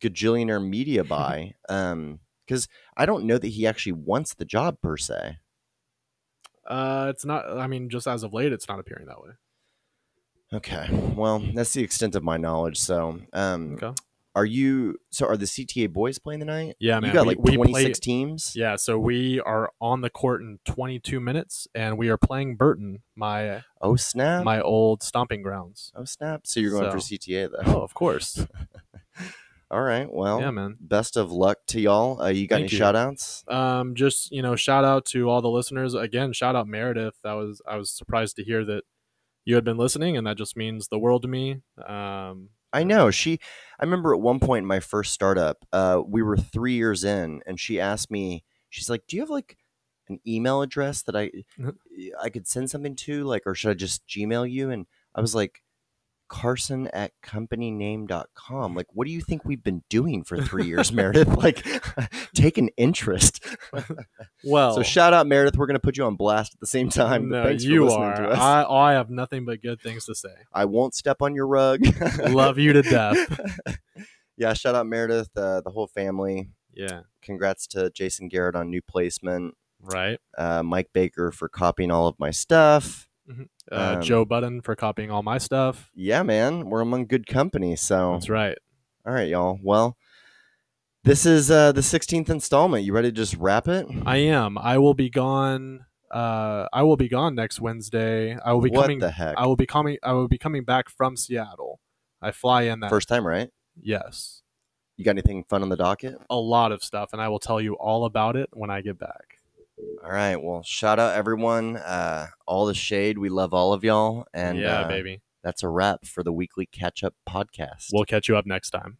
A: gajillionaire media buy. um, because I don't know that he actually wants the job per se.
B: Uh, it's not. I mean, just as of late, it's not appearing that way.
A: Okay, well, that's the extent of my knowledge. So, um,
B: Okay.
A: are you? So, are the CTA boys playing tonight?
B: Yeah, man.
A: you got
B: we,
A: like
B: we
A: 26
B: play-
A: teams.
B: Yeah, so we are on the court in 22 minutes, and we are playing Burton, my
A: Oh snap!
B: my old stomping grounds.
A: oh snap! So you're going for
B: So-
A: CTA though.
B: Oh, of course.
A: All right. Well,
B: yeah, man.
A: best of luck to y'all. Uh, you got
B: Thank
A: any
B: you.
A: shout outs?
B: Um, just you know, shout out to all the listeners again. Shout out Meredith. That was I was surprised to hear that you had been listening, and that just means the world to me. Um,
A: I know she. I remember at one point in my first startup, uh, we were three years in, and she asked me. She's like, "Do you have like an email address that I
B: Mhm.
A: I could send something to, like, or should I just Gmail you?" And I was like, "Carson at companyname.com. Like, what do you think we've been doing for three years, Meredith? Like, take an interest."
B: well,
A: So shout out Meredith. We're gonna put you on blast at the same time. but
B: Oh. no,
A: Thanks
B: you
A: for listening
B: are.
A: to us. I,
B: I, I have nothing but good things to say.
A: won't step on your rug.
B: Love you to death.
A: yeah, shout out Meredith, uh, the whole family.
B: Yeah,
A: Congrats to Jason Garrett on new placement.
B: right.
A: Uh, Mike Baker for copying all of my stuff.
B: Uh,
A: Um,
B: Joe Budden for copying all my stuff.
A: Yeah, man, we're among good company. So
B: That's right.
A: All right, y'all. Well, this is uh, the 16th installment. You ready to just wrap it?
B: I am. I will be gone. Uh, I will be gone next Wednesday. I will be
A: what
B: coming.
A: the heck?
B: I will be coming. I will be coming back from Seattle. I fly in that.
A: First time, right?
B: Yes,
A: You got anything fun on the docket?
B: a lot of stuff, and I will tell you all about it when I get back.
A: All right. Well, shout out everyone. Uh, all the shade. We love all of y'all. And
B: yeah,
A: uh,
B: baby.
A: that's a wrap for the weekly catch up podcast.
B: We'll catch you up next time.